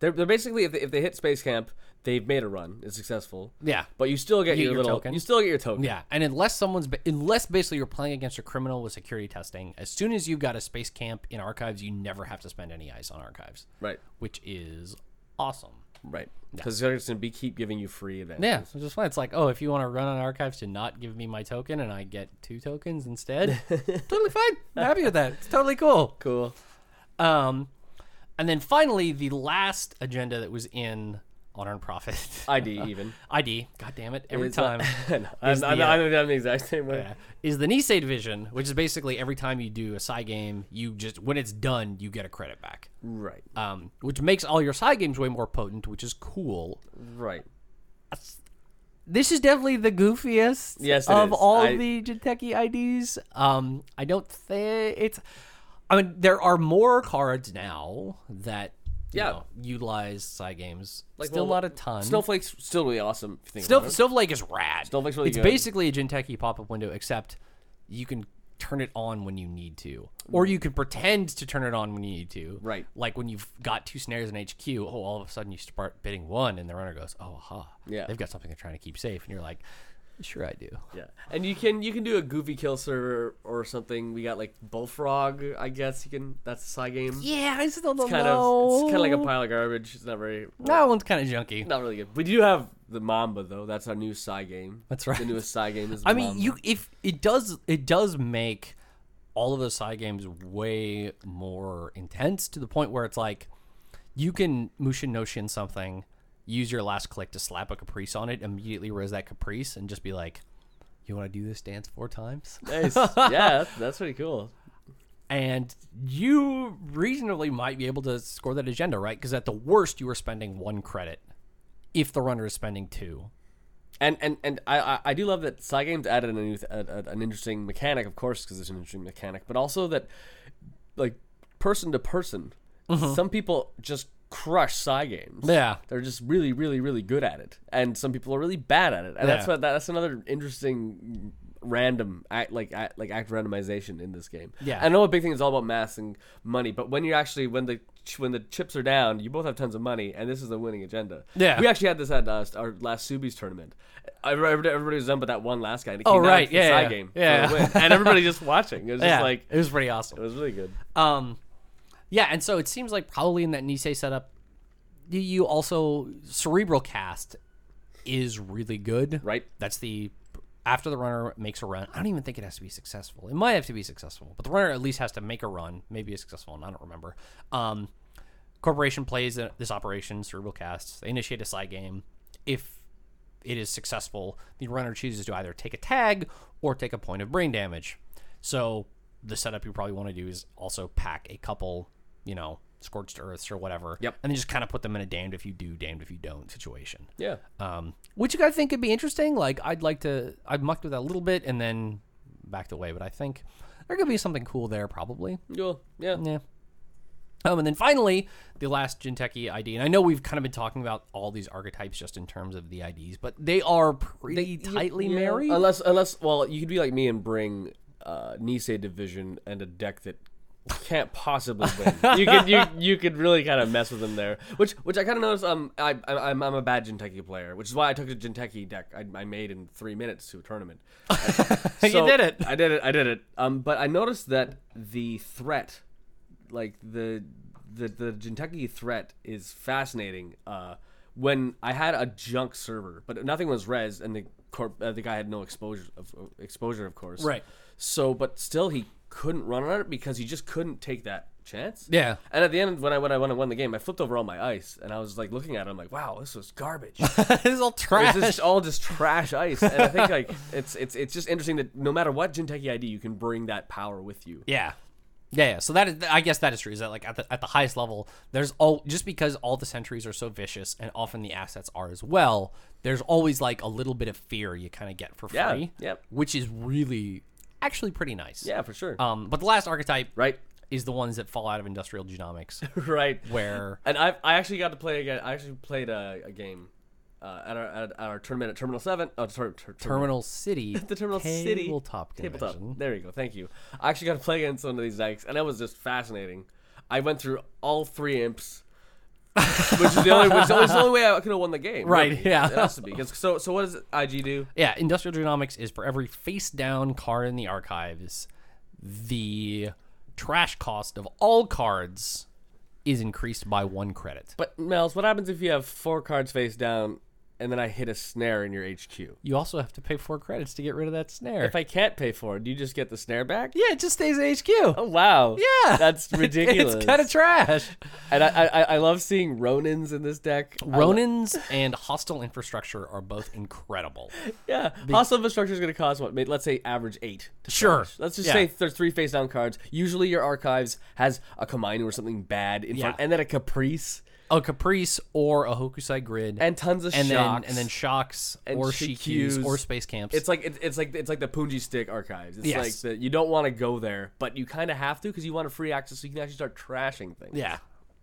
B: They're, they're basically if they, if they hit space camp, they've made a run. It's successful.
A: yeah.
B: But you still
A: You
B: get,
A: get
B: your,
A: your
B: little.
A: token.
B: You still get your token.
A: Yeah, and unless someone's ba- unless basically you're playing against a criminal with security testing, as soon as you've got a space camp in archives, you never have to spend any ice on archives,
B: Right.
A: which is awesome.
B: Right. Because they're just gonna be keep giving you free advancements.
A: Yeah, so just fine. It's like, oh, if you want to run on archives to not give me my token and I get two tokens instead, totally fine. I'm happy with that. It's totally cool.
B: Cool.
A: Um, and then finally, the last agenda that was in unearned profit.
B: ID even.
A: ID, god damn it, every
B: It's uh,
A: time.
B: not- I'm,
A: is
B: I'm,
A: the, uh,
B: I'm, I'm the exact same way.
A: Yeah. Is the Nisei division, which is basically every time you do a side game, you just when it's done, you get a credit back.
B: Right.
A: Um, which makes all your side games way more potent, which is cool.
B: Right.
A: This is definitely the goofiest
B: Yes, it
A: of
B: is.
A: all
B: I-
A: the Jinteki IDs. Um, I don't think it's. I mean, there are more cards now that you
B: Yeah.
A: know, utilize side games.
B: Like,
A: Still
B: well,
A: not a ton.
B: Snowflake's still really awesome. If you think
A: Snow,
B: about it.
A: Snowflake is rad.
B: Snowflake's really
A: it's
B: good.
A: basically a Jinteki pop-up window, except you can turn it on when you need to, or you can pretend to turn it on when you need to.
B: Right.
A: Like when you've got two snares in HQ, oh, all of a sudden you start bidding one, and the runner goes, "Oh, aha!
B: Yeah.
A: they've got something they're trying to keep safe," and you're like, "Sure, I do."
B: Yeah, and you can you can do a goofy kill server or something. We got like bullfrog, I guess you can. That's a side game.
A: Yeah, I still don't
B: Kind
A: know.
B: of, it's kind of like a pile of garbage. It's not very,
A: that one's kind of junky.
B: not really good. We do have the Mamba though. That's our new side game.
A: That's right.
B: The newest side game is.
A: I
B: the
A: mean,
B: Mamba.
A: you if it does it does make all of the side games way more intense to the point where it's like you can Mushin no Shin something, use your last click to slap a caprice on it, immediately raise that caprice, and just be like, "You want to do this dance four times?"
B: Nice. yeah, that's, that's pretty cool.
A: And you reasonably might be able to score that agenda right because at the worst you are spending one credit if the runner is spending two.
B: And and and I I, I do love that side games added a new th- a, a, an interesting mechanic, of course, because it's an interesting mechanic, but also that like person to person, some people just crush side games.
A: Mm-hmm. Yeah.
B: they're just really really really good at it and some people are really bad at it and that's
A: Yeah.
B: what that's another interesting random act like act, like act randomization in this game
A: Yeah.
B: i know a big thing is all about math and money but when you actually when the ch- when the chips are down you both have tons of money and this is the winning agenda
A: Yeah.
B: we actually had this at uh, our last subies tournament everybody, everybody was done but that one last guy and it
A: Oh,
B: came down
A: right.
B: to the
A: Yeah,
B: side
A: yeah.
B: game for
A: Yeah.
B: the win. and everybody just watching it was
A: Yeah,
B: just like
A: it was pretty awesome.
B: it was really good
A: Um, yeah, and so it seems like probably in that Nisei setup, you- you also cerebral cast is really good.
B: Right.
A: That's the after the runner makes a run. I don't even think it has to be successful. It might have to be successful, but the runner at least has to make a run. Maybe it's successful, and I don't remember. Um, corporation plays a- this operation, cerebral casts. They initiate a side game. If it is successful, the runner chooses to either take a tag or take a point of brain damage. So the setup you probably want to do is also pack a couple, you know, scorched earths or whatever.
B: Yep.
A: And then just kind of put them in a damned if you do, damned if you don't situation.
B: yeah
A: Um, which I think could be interesting. Like I'd like to, I mucked with that a little bit and then backed away, but I think there could be something cool there probably.
B: cool yeah
A: Yeah. Um, and then finally, the last Jinteki ID. And I know we've kind of been talking about all these archetypes just in terms of the IDs, but they are pretty
B: You-
A: tightly
B: yeah,
A: married.
B: Unless, unless, well, you could be like me and bring uh, Nisei Division and a deck that can't possibly win. you could, you, you could really kind of mess with them there. Which, which I kind of noticed. Um, I, I, I'm, I'm a bad Jinteki player, which is why I took a Jinteki deck I, I made in three minutes to a tournament.
A: You did it.
B: I did it. I did it. Um, but I noticed that the threat, like the the the Jinteki threat, is fascinating. Uh, when I had a junk server, but nothing was res, and the corp, uh, the guy had no exposure of of- exposure, of course.
A: Right.
B: So, but still, he couldn't run on it because he just couldn't take that chance.
A: Yeah.
B: And at the end, when I when I when I won the game, I flipped over all my ice, and I was like looking at it. I'm like, wow, this was garbage.
A: this is all trash.
B: It's just all just trash ice, and I think like it's it's it's just interesting that no matter what Jinteki ID, you can bring that power with you.
A: Yeah. Yeah, yeah. So that is, I guess that is true. Is that like at the, at the highest level, there's all just because all the sentries are so vicious, and often the assets are as well. There's always like a little bit of fear you kind of get for free,
B: Yeah, yep.
A: which is really actually pretty nice.
B: Yeah, for sure.
A: Um, but the last archetype,
B: right,
A: is the ones that fall out of industrial genomics,
B: right.
A: where
B: And I I actually got to play again. I actually played a, a game uh, at our at, at our tournament at Terminal Seven. Oh, sorry, ter- Terminal.
A: Terminal City,
B: The Terminal City
A: tabletop convention.
B: Tabletop. There you go. Thank you. I actually got to play against some of these decks, and it was just fascinating. I went through all three imps, which is the only which is the only way I could have won the game.
A: Right,
B: really.
A: yeah.
B: It has to be. 'Cause- So so what does IG do?
A: Yeah, industrial genomics is for every face down card in the archives, the trash cost of all cards is increased by one credit.
B: But Mel's, what happens if you have four cards face down and then I hit a snare in your HQ.
A: You also have to pay four credits to get rid of that snare.
B: If I can't pay for it, do you just get the snare back?
A: yeah, it just stays at HQ.
B: Oh wow!
A: Yeah,
B: that's ridiculous.
A: it's kind of trash.
B: and I, I I love seeing Ronins in this deck. Uh, I lo-
A: Ronin's and hostile infrastructure are both incredible.
B: yeah. Hostile infrastructure is going to cost what? Maybe, let's say average eight. to
A: Sure.
B: finish. Let's just
A: Yeah.
B: say there's three face down cards. Usually your archives has a Kamino or something bad in front,
A: Yeah.
B: and then a Caprice,
A: A caprice or a hokusai grid,
B: and tons of
A: and then
B: shocks.
A: and then shocks
B: And
A: or
B: shikyus.
A: shikyus or space camps.
B: It's like it, it's like it's like the Punji stick archives. It's
A: Yes.
B: like the, you don't want to go there, but you kind of have to because you want a free access, so you can actually start trashing things.
A: yeah,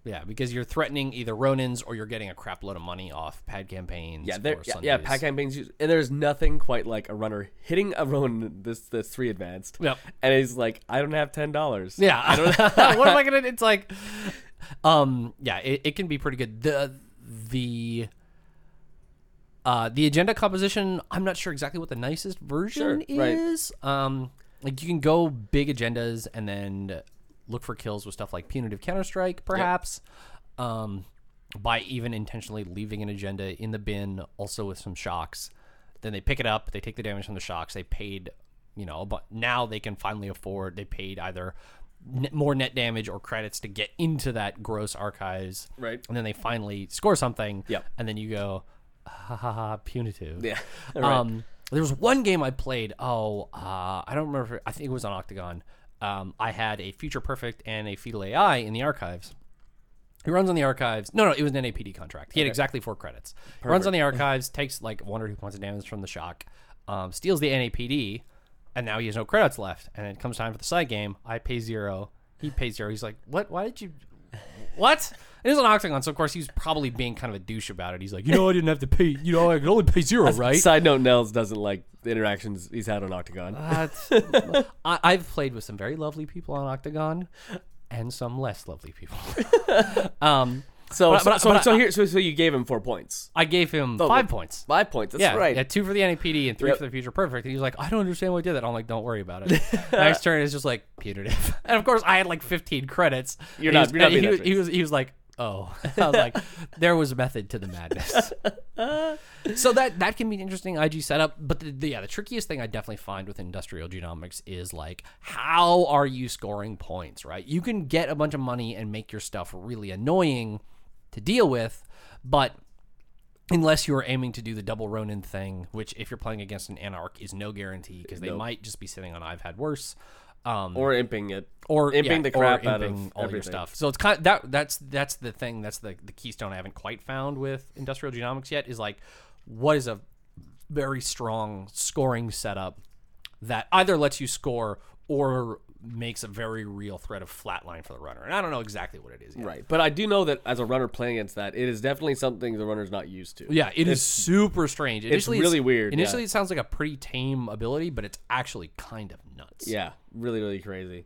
A: yeah, because you're threatening either Ronins or you're getting a crap load of money off pad campaigns.
B: Yeah, there,
A: or
B: yeah,
A: Sundays.
B: yeah, pack campaigns, use- and there's nothing quite like a runner hitting a Ronin this this three advanced.
A: Yep.
B: And he's like, I don't have ten dollars.
A: Yeah, I don't know. what am I gonna? It's like, um, yeah, it, it can be pretty good. The the uh the agenda composition. I'm not sure exactly what the nicest version
B: Sure, right.
A: is. Um, like you can go big agendas and then look for kills with stuff like punitive counter strike, perhaps. Um, by even intentionally leaving an agenda in the bin, also with some shocks. Then they pick it up. They take the damage from the shocks. They paid, you know, but now they can finally afford. They paid either net, more net damage or credits to get into that gross archives.
B: Right.
A: And then they finally score something.
B: Yep.
A: And then you go, ha ha, ha punitive.
B: Yeah.
A: Um, there was one game I played. Oh, uh, I don't remember. I think it was on Octagon. Um, I had a Future Perfect and a Fetal AI in the archives. He runs on the archives. No, no, it was an NAPD contract. He had exactly four credits. Runs on the archives, takes like one or two points of damage from the shock, um, steals the NAPD, and now he has no credits left. And it comes time for the side game. I pay zero. He pays zero. He's like, "What? Why did you? What?" It was an octagon, so of course he was probably being kind of a douche about it. He's like, "You know, I didn't have to pay. You know, I could only pay zero, right?"
B: Side note: Nels doesn't like the interactions he's had on Octagon.
A: That's- I, I've played with some very lovely people on Octagon, and some less lovely people. um,
B: so,
A: but-
B: so,
A: but-
B: so,
A: but
B: so here, so, so you gave him four points,
A: I gave him five points.
B: five points. That's
A: yeah,
B: right.
A: Yeah, two for the NAPD and three
B: Yep.
A: for the Future Perfect. And he was like, I don't understand why I did that. I'm like, don't worry about it. Next turn is just like punitive. And of course, I had like 15 credits.
B: You're
A: And He was,
B: not- you're not
A: and
B: being
A: he,
B: that
A: was- he was. He was like, oh. I was like, there was method to the madness. so that that can be an interesting IG setup. But the, the, yeah, the trickiest thing I definitely find with industrial genomics is like, how are you scoring points? Right? You can get a bunch of money and make your stuff really annoying to deal with, but unless you are aiming to do the double Ronin thing, which if you're playing against an Anarch is no guarantee because they might just be sitting on I've had worse, um,
B: Or imping it,
A: or
B: imping
A: yeah,
B: the
A: or
B: crap out of
A: imping all your
B: everything.
A: stuff. So it's kind of, that that's that's the thing that's the the keystone I haven't quite found with industrial genomics yet is like what is a very strong scoring setup that either lets you score or makes a very real threat of flatline for the runner. And I don't know exactly what it is yet.
B: right? But I do know that as a runner playing against that, it is definitely something the runner's not used to.
A: Yeah, it's, super strange. Initially,
B: really weird, yeah.
A: Initially, it sounds like a pretty tame ability, but it's actually kind of nuts.
B: yeah, really, really crazy.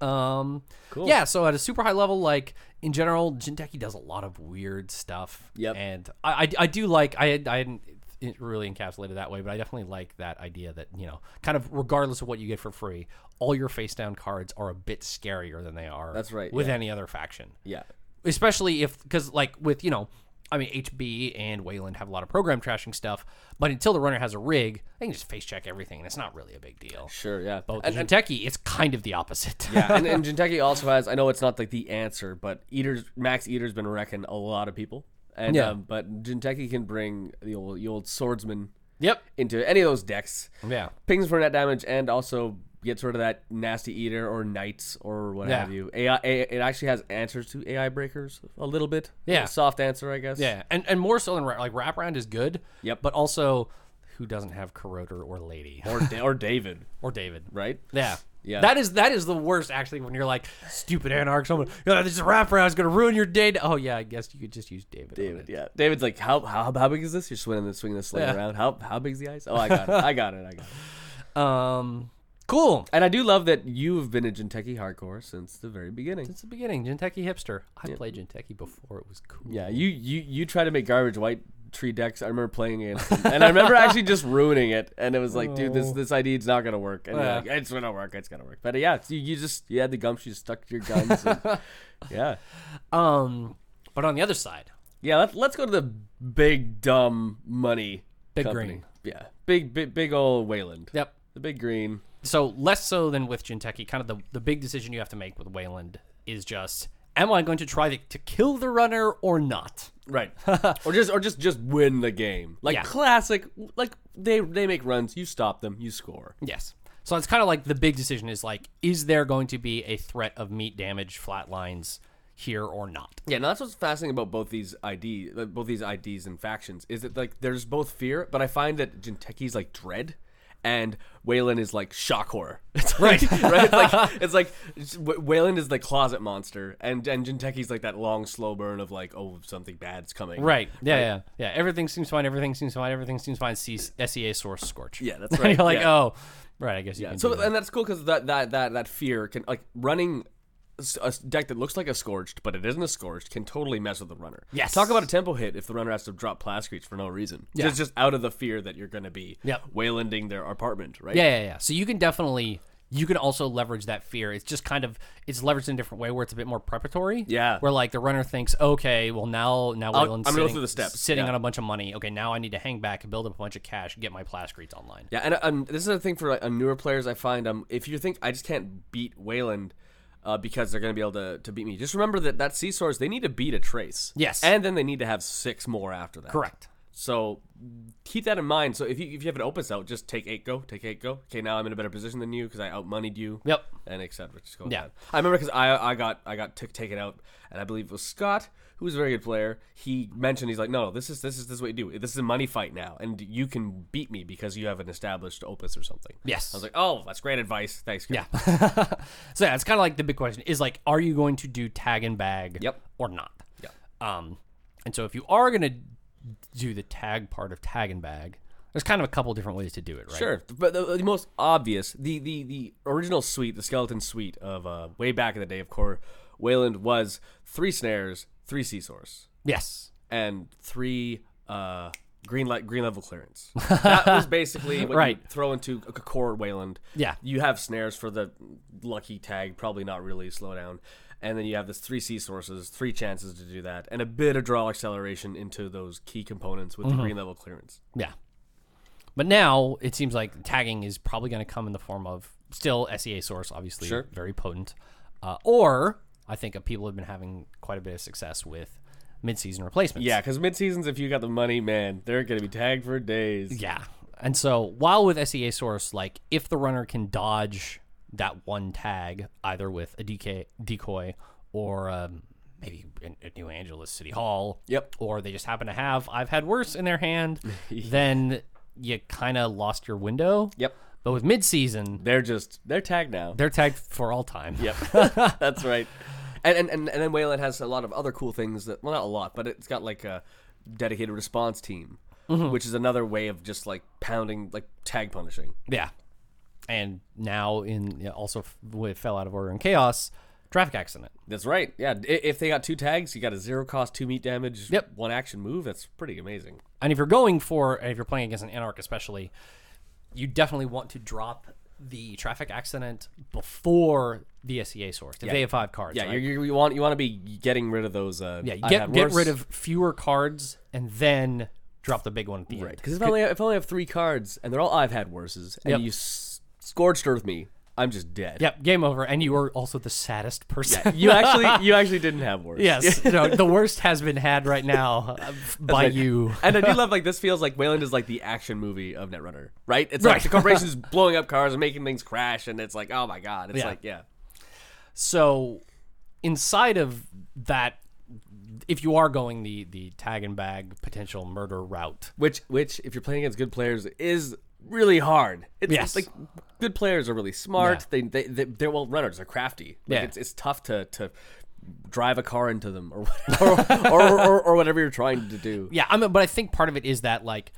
A: Um, cool. Yeah, so at a super high level, like in general, Jinteki does a lot of weird stuff.
B: Yep.
A: And I, I, I do like I had- I hadn't it really encapsulated that way, but I definitely like that idea that you know, kind of regardless of what you get for free, all your face down cards are a bit scarier than they are.
B: That's right,
A: With any other faction
B: Yeah,
A: especially if because like with you know i mean hb and wayland have a lot of program trashing stuff but until the runner has a rig they can just face check everything and it's not really a big deal
B: sure. Yeah,
A: but with Kentucky, it's kind of the opposite
B: yeah, and, and Jinteki also has. I know it's not like the answer, but Eater's Max Eater's been wrecking a lot of people, and
A: Yeah.
B: um, but Jinteki can bring the old, the old swordsman
A: yep
B: into any of those decks.
A: yeah
B: Pings for net damage, and also gets rid of that nasty Eater or Knights or what
A: Yeah.
B: have you. AI, A- it actually has answers to AI breakers a little bit.
A: Yeah.
B: soft answer, I guess.
A: yeah and and more so than wrap- like wraparound is good
B: Yep.
A: but also who doesn't have corroder or lady
B: or Da- or David,
A: or david
B: right?
A: yeah
B: Yeah.
A: That is that is the worst actually when you're like stupid anarch someone oh, this wraparound is gonna ruin your day. Oh yeah, I guess you could just use David. on it.
B: David, yeah. David's like, how how, how big is this? You're swinging this, swinging this sling
A: Yeah.
B: around. How how big's the ice? Oh, I got it. I got it. I got it.
A: Um cool.
B: And I do love that you've been a Jinteki hardcore since the very beginning.
A: Since the beginning, Jinteki hipster. I played Jinteki before it was cool.
B: Yeah, you you you try to make garbage white tree decks. I remember playing against them, and I remember actually just ruining it. And it was like, dude, this this ID is not gonna work. And you're
A: Oh. Yeah.
B: like, it's gonna work. It's gonna work. But uh, yeah, you, you just you had the gumshoe stuck to your guns. and- yeah,
A: Um, but on the other side,
B: Yeah, let's let's go to the big dumb money.
A: Big
B: company.
A: green.
B: Yeah, big big big old Wayland.
A: Yep.
B: The big green.
A: So less so than with Jinteki, kind of the, the big decision you have to make with Wayland is just am I going to try to, to kill the runner or not?
B: Right. or just or just just win the game. Like
A: Yeah.
B: classic like they they make runs, you stop them, you score.
A: Yes. So it's kind of like the big decision is like, is there going to be a threat of meat damage, flatlines here or not?
B: Yeah, now that's what's fascinating about both these ID, like, both these IDs and factions is that like there's both fear, but I find that Jinteki's like dread, and Waylon is like shock horror. It's like, right, It's like it's like it's- Wa- Waylon is the closet monster, and and Jinteki's like that long slow burn of like oh something bad's coming.
A: Right. Yeah, yeah. Yeah. Everything seems fine, everything seems fine, everything seems fine. C- SEA source scorch.
B: Yeah, that's right.
A: You're like,
B: Yeah.
A: oh right, I guess you can do
B: So
A: that.
B: and that's cool because that that that that fear can like running s- a s- deck that looks like a scorched but it isn't a scorched can totally mess with the runner.
A: Yes.
B: Talk about a tempo hit if the runner has to drop Plascreech for no reason. Yeah. It's just out of the fear that you're going to be
A: Yep.
B: waylanding their apartment, right?
A: Yeah, yeah, yeah. So you can definitely you can also leverage that fear. It's just kind of it's leveraged in a different way where it's a bit more preparatory.
B: Yeah.
A: Where like the runner thinks, okay, well now now Wayland's
B: I'm gonna go
A: sitting,
B: through the steps.
A: sitting
B: Yeah.
A: on a bunch of money. Okay, now I need to hang back and build up a bunch of cash, get my Plascreets online.
B: Yeah, and um, this is a thing for like, um, newer players. I find um, if you think I just can't beat Wayland uh, because they're going to be able to, to beat me, just remember that that Seesaws they need to beat a trace.
A: Yes.
B: and then they need to have six more after that.
A: Correct.
B: So keep that in mind. So if you if you have an opens out, just take eight go, take eight go. Okay, now I'm in a better position than you because I outmoneyed you.
A: Yep.
B: And etc. Just go with
A: Yeah.
B: that. I remember because I I got I got took taken out, and I believe it was Scott who was a very good player. He mentioned he's like, no, no, this is this is this is what you do. This is a money fight now, and you can beat me because you have an established opus or something.
A: Yes.
B: I was like, oh, that's great advice. Thanks. Kurt."
A: Yeah. so yeah, it's kind of like the big question is like, are you going to do tag and bag?
B: Yep.
A: Or not?
B: Yeah.
A: Um, and so if you are going to do the tag part of tag and bag, there's kind of a couple different ways to do it, right?
B: Sure, but the, the most obvious, the, the the original suite, the skeleton suite of uh, way back in the day, of course, Wayland was three snares, three seesaws,
A: Yes.
B: and three uh, green light green level clearance. that was basically what
A: Right.
B: you throw into a core Wayland.
A: Yeah.
B: you have snares for the lucky tag, probably not really slow down, and then you have this three sources, three chances to do that, and a bit of draw acceleration into those key components with
A: Mm-hmm.
B: the green level clearance.
A: Yeah. But now it seems like tagging is probably going to come in the form of still SEA source, obviously
B: Sure.
A: very potent, uh, or I think people have been having quite a bit of success with mid-season replacements.
B: Yeah, because mid seasons, if you got the money, man, they're gonna be tagged for days.
A: Yeah. And so while with SEA source, like if the runner can dodge that one tag, either with a DK decoy or um, maybe in, at New Angeles City Hall,
B: Yep.
A: or they just happen to have I've had worse in their hand, then you kind of lost your window.
B: Yep.
A: But with mid season,
B: They're just they're tagged now.
A: they're tagged for all time.
B: yep, that's right. And and and, and then Wayland has a lot of other cool things that well, not a lot, but it's got like a dedicated response team,
A: Mm-hmm.
B: which is another way of just like pounding, like tag punishing.
A: Yeah. And now in yeah, also f- with fell out of order and chaos, traffic accident.
B: That's right. Yeah, i- if they got two tags, you got a zero cost, two meat damage,
A: Yep.
B: one action move. That's pretty amazing.
A: and if you're going for and if you're playing against an anarch especially you definitely want to drop the traffic accident before the sea source if they have five cards
B: Yeah,
A: right?
B: you you you want you want to be getting rid of those. Uh,
A: yeah you
B: I
A: get,
B: had
A: get
B: worse.
A: rid of fewer cards and then drop the big one at the end
B: Because if I only if I only have three cards and they're all I've had worses, and
A: Yep.
B: you s- scorched earth me, I'm just dead.
A: yep game over and you are also the saddest person
B: You actually you actually didn't have worse.
A: yes no, the worst has been had right now uh, by you
B: And I do love like this feels like Wayland is like the action movie of Netrunner, right? It's
A: Right.
B: like the corporation's blowing up cars and making things crash, and it's like oh my god, it's
A: Yeah.
B: like yeah,
A: So inside of that, if you are going the the tag and bag potential murder route,
B: which which if you're playing against good players is really hard. It's,
A: Yes.
B: it's like good players are really smart.
A: Yeah.
B: They They they they're well runners. They're crafty. Like,
A: Yeah.
B: it's it's tough to to drive a car into them or whatever, or, or, or or whatever you're trying to do.
A: yeah, I mean, but I think part of it is that like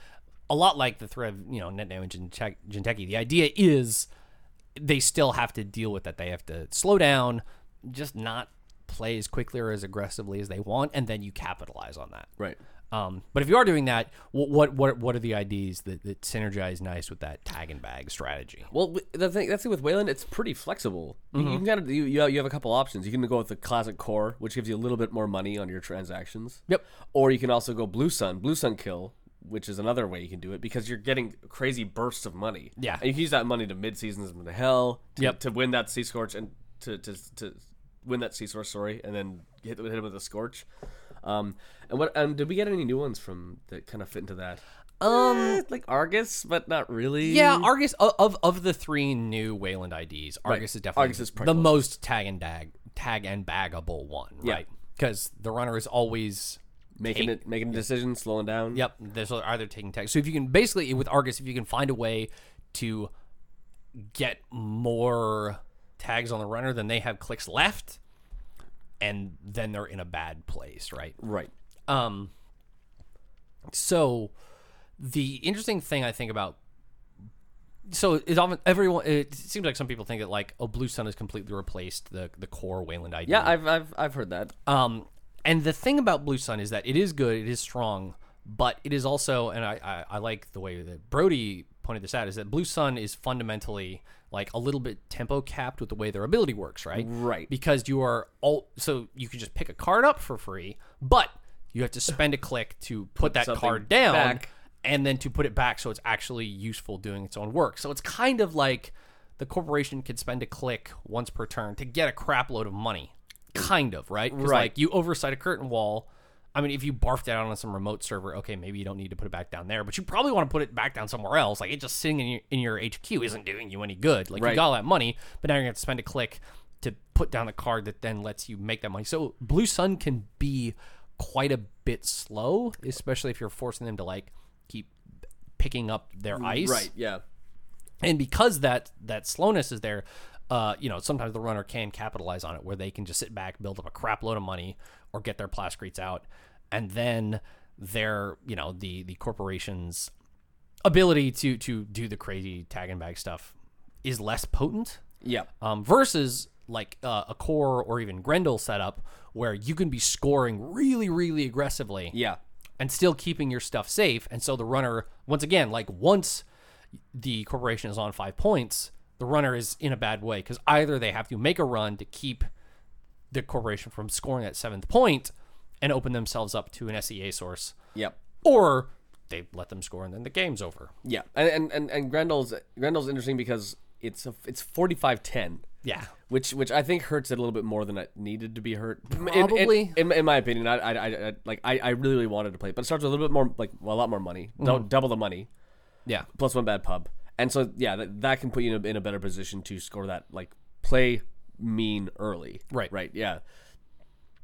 A: a lot like the threat of you know NetNow and Jinte- Jinteki, the idea is they still have to deal with that. They have to slow down, just not play as quickly or as aggressively as they want, and then you capitalize on that.
B: Right.
A: Um, but if you are doing that, wh- what what what are the IDs that, that synergize nice with that tag and bag strategy?
B: Well, w- the thing that's the thing with Wayland, it's pretty flexible. You-
A: Mm-hmm.
B: You can kind of you, you have- you have a couple options. You can go with the classic core, which gives you a little bit more money on your transactions.
A: Yep.
B: Or you can also go Blue Sun, Blue Sun Kill, which is another way you can do it because you're getting crazy bursts of money.
A: Yeah.
B: And you can use that money to mid seasons and to hell to,
A: Yep.
B: to win that sea scorch and to to, to win that sea source sorry, and then hit, hit him with a scorch. Um, and what um, did we get any new ones from that kind of fit into that? Um, like Argus, but not really.
A: Yeah, Argus o- of of the three new Wayland IDs, Argus is definitely
B: Argus is pretty
A: the most tag and dag tag and baggable one, right? Because the runner is always
B: making it making a decision, slowing down.
A: Yep, there's either taking tech. So if you can basically with Argus, if you can find a way to get more tags on the runner than they have clicks left, and then they're in a bad place, right?
B: Right.
A: Um, so the interesting thing I think about so it's often everyone it seems like some people think that like oh blue sun has completely replaced the the core wayland ID.
B: Yeah, I've I've I've heard that.
A: Um, and the thing about Blue Sun is that it is good, it is strong, but it is also, and I, I, I like the way that Brody pointed this out, is that Blue Sun is fundamentally like a little bit tempo capped with the way their ability works, right?
B: Right.
A: Because you are all, so you can just pick a card up for free, but you have to spend a click to put, that
B: something
A: card down
B: back.
A: and then to put it back so it's actually useful doing its own work. So it's kind of like the corporation can spend a click once per turn to get a crap load of money. Kind of, right? 'Cause,
B: Right.
A: Like you oversight a curtain wall. I mean, if you barfed it out on some remote server, okay, maybe you don't need to put it back down there, but you probably want to put it back down somewhere else. Like it just sitting in your, in your HQ isn't doing you any good. Like
B: Right.
A: you got all that money, but now you're going to have to spend a click to put down the card that then lets you make that money. So Blue Sun can be quite a bit slow, especially if you're forcing them to like keep picking up their ice.
B: Right. Yeah.
A: And because that that slowness is there, uh, you know, sometimes the runner can capitalize on it where they can just sit back, build up a crap load of money, or get their plascreets out, and then their you know the the corporation's ability to to do the crazy tag and bag stuff is less potent
B: Yeah.
A: um, versus like uh, a core or even Grendel setup where you can be scoring really, really aggressively
B: Yeah.
A: and still keeping your stuff safe. And so the runner, once again, like once the corporation is on five points, the runner is in a bad way because either they have to make a run to keep the corporation from scoring that seventh point and open themselves up to an SEA source,
B: Yep.
A: or they let them score and then the game's over.
B: Yeah. And and and, and Grendel's Grendel's interesting because it's a, it's forty five ten.
A: Yeah.
B: Which, which I think hurts it a little bit more than it needed to be hurt. In- in-
A: Probably.
B: in, in, my opinion, I, I, I, I- like I, I really, really wanted to play, it, but it starts with a little bit more, like well, a lot more money,
A: Mm.
B: Don't double the money,
A: Yeah.
B: plus one bad pub, and so yeah, that, that can put you in a, in a better position to score that, like play mean early,
A: Right.
B: right, yeah,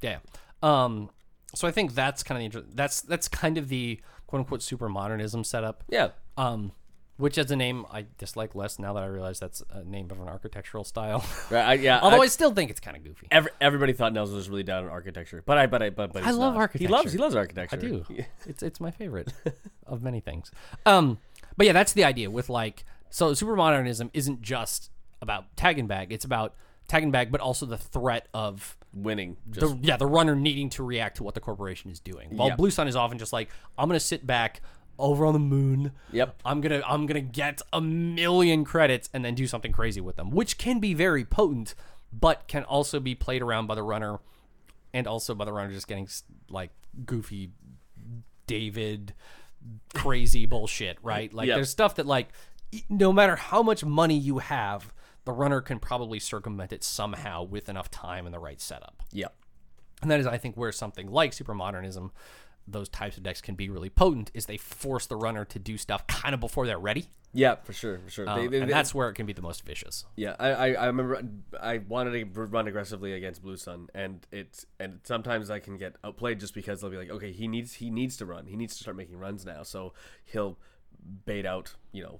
A: Yeah. Um. So I think that's kind of the inter- that's that's kind of the quote unquote super modernism setup.
B: yeah,
A: Um, which as a name I dislike less now that I realize that's a name of an architectural style.
B: right, I, yeah. I-
A: Although I, still think it's kind of goofy.
B: Every, everybody thought Nels was really down on architecture, but I, but I, but, but
A: I
B: he's
A: love
B: not. He loves,
A: architecture.
B: he loves architecture.
A: I do. It's it's my favorite of many things. Um, but yeah, that's the idea with like so super modernism isn't just about tag and bag. It's about tag and bag, but also the threat of
B: Winning, just
A: the, yeah, the runner needing to react to what the corporation is doing. While
B: Yep.
A: Blue Sun is often just like, I'm gonna sit back over on the moon.
B: Yep.
A: I'm gonna I'm gonna get a million credits and then do something crazy with them, which can be very potent, but can also be played around by the runner, and also by the runner just getting s- like goofy David crazy bullshit, right? Like
B: Yep.
A: there's stuff that like e- no matter how much money you have. The runner can probably circumvent it somehow with enough time and the right setup.
B: yeah,
A: And that is, I think, where something like supermodernism, those types of decks can be really potent, is they force the runner to do stuff kind of before they're ready.
B: yeah, for sure, for sure. They- they-
A: Uh, and
B: they-
A: that's where it can be the most vicious.
B: yeah. I, I, I remember I wanted to br- run aggressively against Blue Sun, and it's and sometimes I can get outplayed just because they'll be like, okay, he needs he needs to run, he needs to start making runs now, so he'll bait out, you know.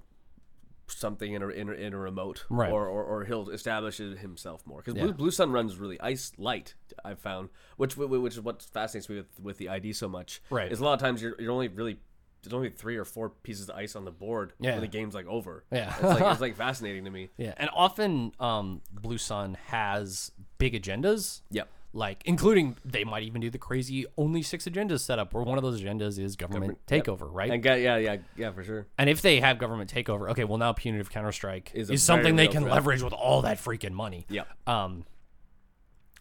B: Something in a in a, in a remote,
A: Right.
B: or, or or he'll establish it himself more because Blue, Blue Sun runs really ice light. I've found which which is what fascinates me with with the ID so much.
A: Right.
B: is a lot of times you're, you're only really there's only three or four pieces of ice on the board
A: Yeah.
B: when the game's like over.
A: Yeah.
B: it's like it's like fascinating to me.
A: Yeah. And often, um, Blue Sun has big agendas.
B: Yep.
A: like including they might even do the crazy only six agendas setup where one of those agendas is government, takeover, right?
B: And get, yeah, yeah, yeah, for sure.
A: And if they have government takeover, okay, well now punitive Counter Strike is,
B: Is a very
A: something they
B: real
A: can
B: threat.
A: leverage with all that freaking money.
B: Yep.
A: Um,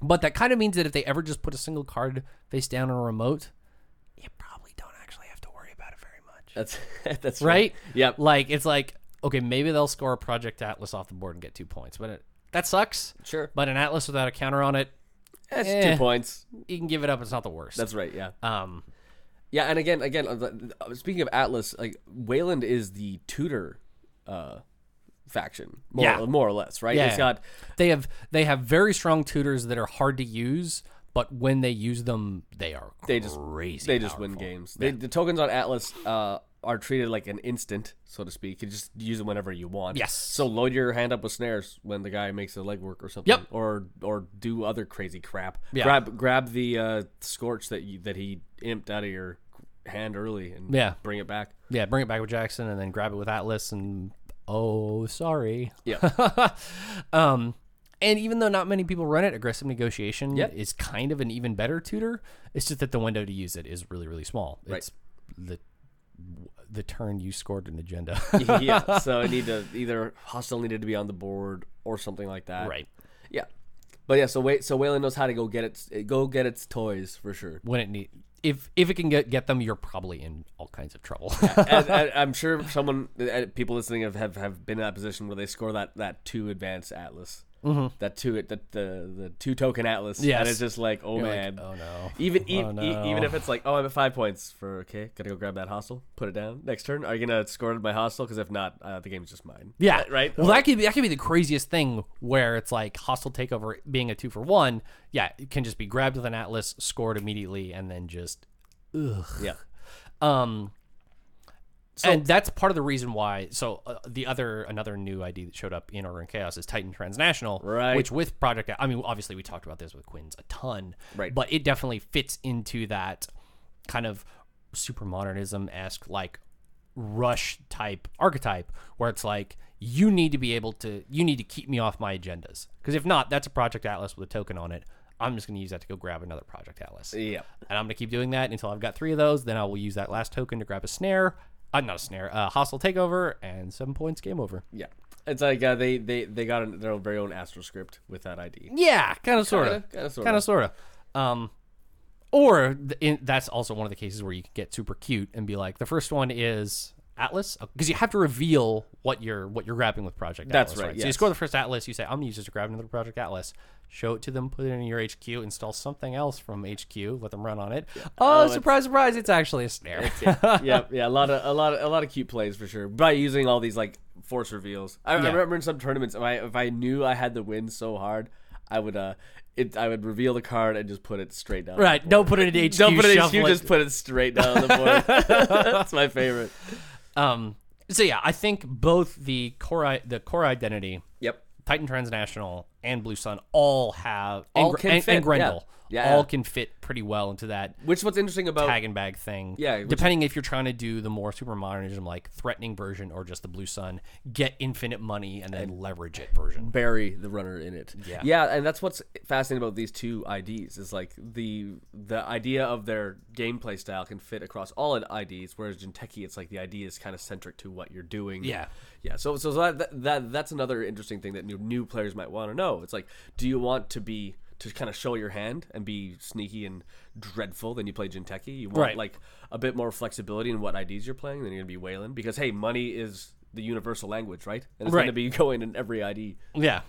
A: but that kind of means that if they ever just put a single card face down on a remote, you probably don't actually have to worry about it very much,
B: That's that's
A: right?
B: Yep.
A: Like it's like okay, maybe they'll score Project Atlas off the board and get two points, but it, that sucks.
B: Sure.
A: But an Atlas without a counter on it,
B: That's
A: Eh.
B: two points.
A: you can give it up. It's not the worst.
B: That's right. Yeah.
A: um,
B: Yeah, and again, again, uh, th- uh, speaking of Atlas, like Wayland is the Tudor uh, faction, more,
A: Yeah.
B: more or less, right?
A: Yeah.
B: It's got
A: they have they have very strong tutors that are hard to use, but when they use them, they are
B: they just
A: crazy.
B: they just win
A: powerful.
B: games. They, the tokens on Atlas uh, are treated like an instant, so to speak. You just use them whenever you want.
A: Yes.
B: So load your hand up with snares when the guy makes a legwork or something.
A: Yep.
B: Or or do other crazy crap.
A: Yeah.
B: Grab grab the uh, scorch that you, that he imped out of your hand early and
A: Yeah.
B: bring it back.
A: Yeah, bring it back with Jackson and then grab it with Atlas and oh, sorry.
B: Yeah.
A: um, and even though not many people run it, aggressive negotiation
B: Yep.
A: is kind of an even better tutor. It's just that the window to use it is really really small.
B: Right.
A: It's the the turn you scored an agenda.
B: yeah. So I need to either hostile needed to be on the board or something like that.
A: right.
B: Yeah. But yeah, so wait, so Wayland knows how to go get its go get its toys for sure.
A: When it need if if it can get get them, you're probably in all kinds of trouble.
B: and, and I'm sure someone, uh, people listening have, have, have been in that position where they score that, that two advanced atlas, mm-hmm. that two that the the two token atlas,
A: Yes.
B: and it's just like, oh man,
A: oh, no.
B: even e-
A: Oh,
B: e- even
A: no.
B: if it's like, oh, I'm at five points for okay, gotta go grab that hostile, put it down next turn. Are you gonna score my hostile? Because if not, uh, the game's just mine.
A: Yeah.
B: Right- right.
A: Well, that could be that could be the craziest thing where it's like hostile takeover being a two for one. Yeah, it can just be grabbed with an atlas, scored immediately, and then just
B: Yeah.
A: um. and that's part of the reason why. So uh, the other another new idea that showed up in Order and Chaos is Titan Transnational,
B: Right.
A: Which with Project, I mean, obviously we talked about this with Quinn's a ton,
B: Right.
A: But it definitely fits into that kind of super modernism esque like rush type archetype where it's like you need to be able to you need to keep me off my agendas because if not that's a project atlas with a token on it i'm just going to use that to go grab another project atlas
B: Yep.
A: and I'm gonna keep doing that until I've got three of those. Then I will use that last token to grab a snare. Uh, not a snare, uh, hostile takeover, and seven points, game over.
B: Yeah. It's like uh, they, they, they got an, their own very own astro script with that ID.
A: Yeah, kind of, sort of,
B: kinda, sorta.
A: kind of, sort of. Um, or th- in, that's also one of the cases where you can get super cute and be like, the first one is Atlas, because you have to reveal what you're what you're grabbing with Project.
B: That's
A: Atlas,
B: right,
A: right. So you
B: yes.
A: score the first Atlas, you say, "I'm gonna use this to grab another Project Atlas." Show it to them, put it in your HQ, install something else from HQ, let them run on it. Oh, surprise, surprise! It's actually a snare.
B: yeah, yeah, a lot of a lot of, a lot of cute plays for sure. By using all these like force reveals, I, I
A: Yeah.
B: remember in some tournaments, if I if I knew I had the win so hard, I would uh, it I would reveal the card and just put it straight down.
A: Right. Don't put it in HQ.
B: Don't put it in HQ,
A: shuffle
B: just put it straight down the board. That's my favorite.
A: Um. So yeah, I think both the core i- the core identity,
B: Yep.
A: Titan Transnational, and Blue Sun all have
B: All
A: and, Gr-
B: can
A: and,
B: fit, yeah.
A: and Grendel
B: Yeah.
A: all can fit pretty well into that
B: Which what's interesting about
A: tag and bag thing.
B: Yeah, which-
A: Depending if you're trying to do the more super modernism, like threatening version, or just the Blue Sun, get infinite money and then leverage it version.
B: bury the runner in it.
A: Yeah.
B: Yeah, and that's what's fascinating about these two IDs is like the the idea of their gameplay style can fit across all IDs, whereas Jinteki, it's like the idea is kind of centric to what you're doing.
A: Yeah.
B: Yeah. So so that that that's another interesting thing that new new players might want to know. It's like, do you want to be to kind of show your hand and be sneaky and dreadful, then you play Jinteki. You want
A: Right.
B: like a bit more flexibility in what IDs you're playing, then you're gonna be Wayland because hey, money is the universal language, right? And it's gonna
A: Right.
B: be going in every ID.
A: Yeah.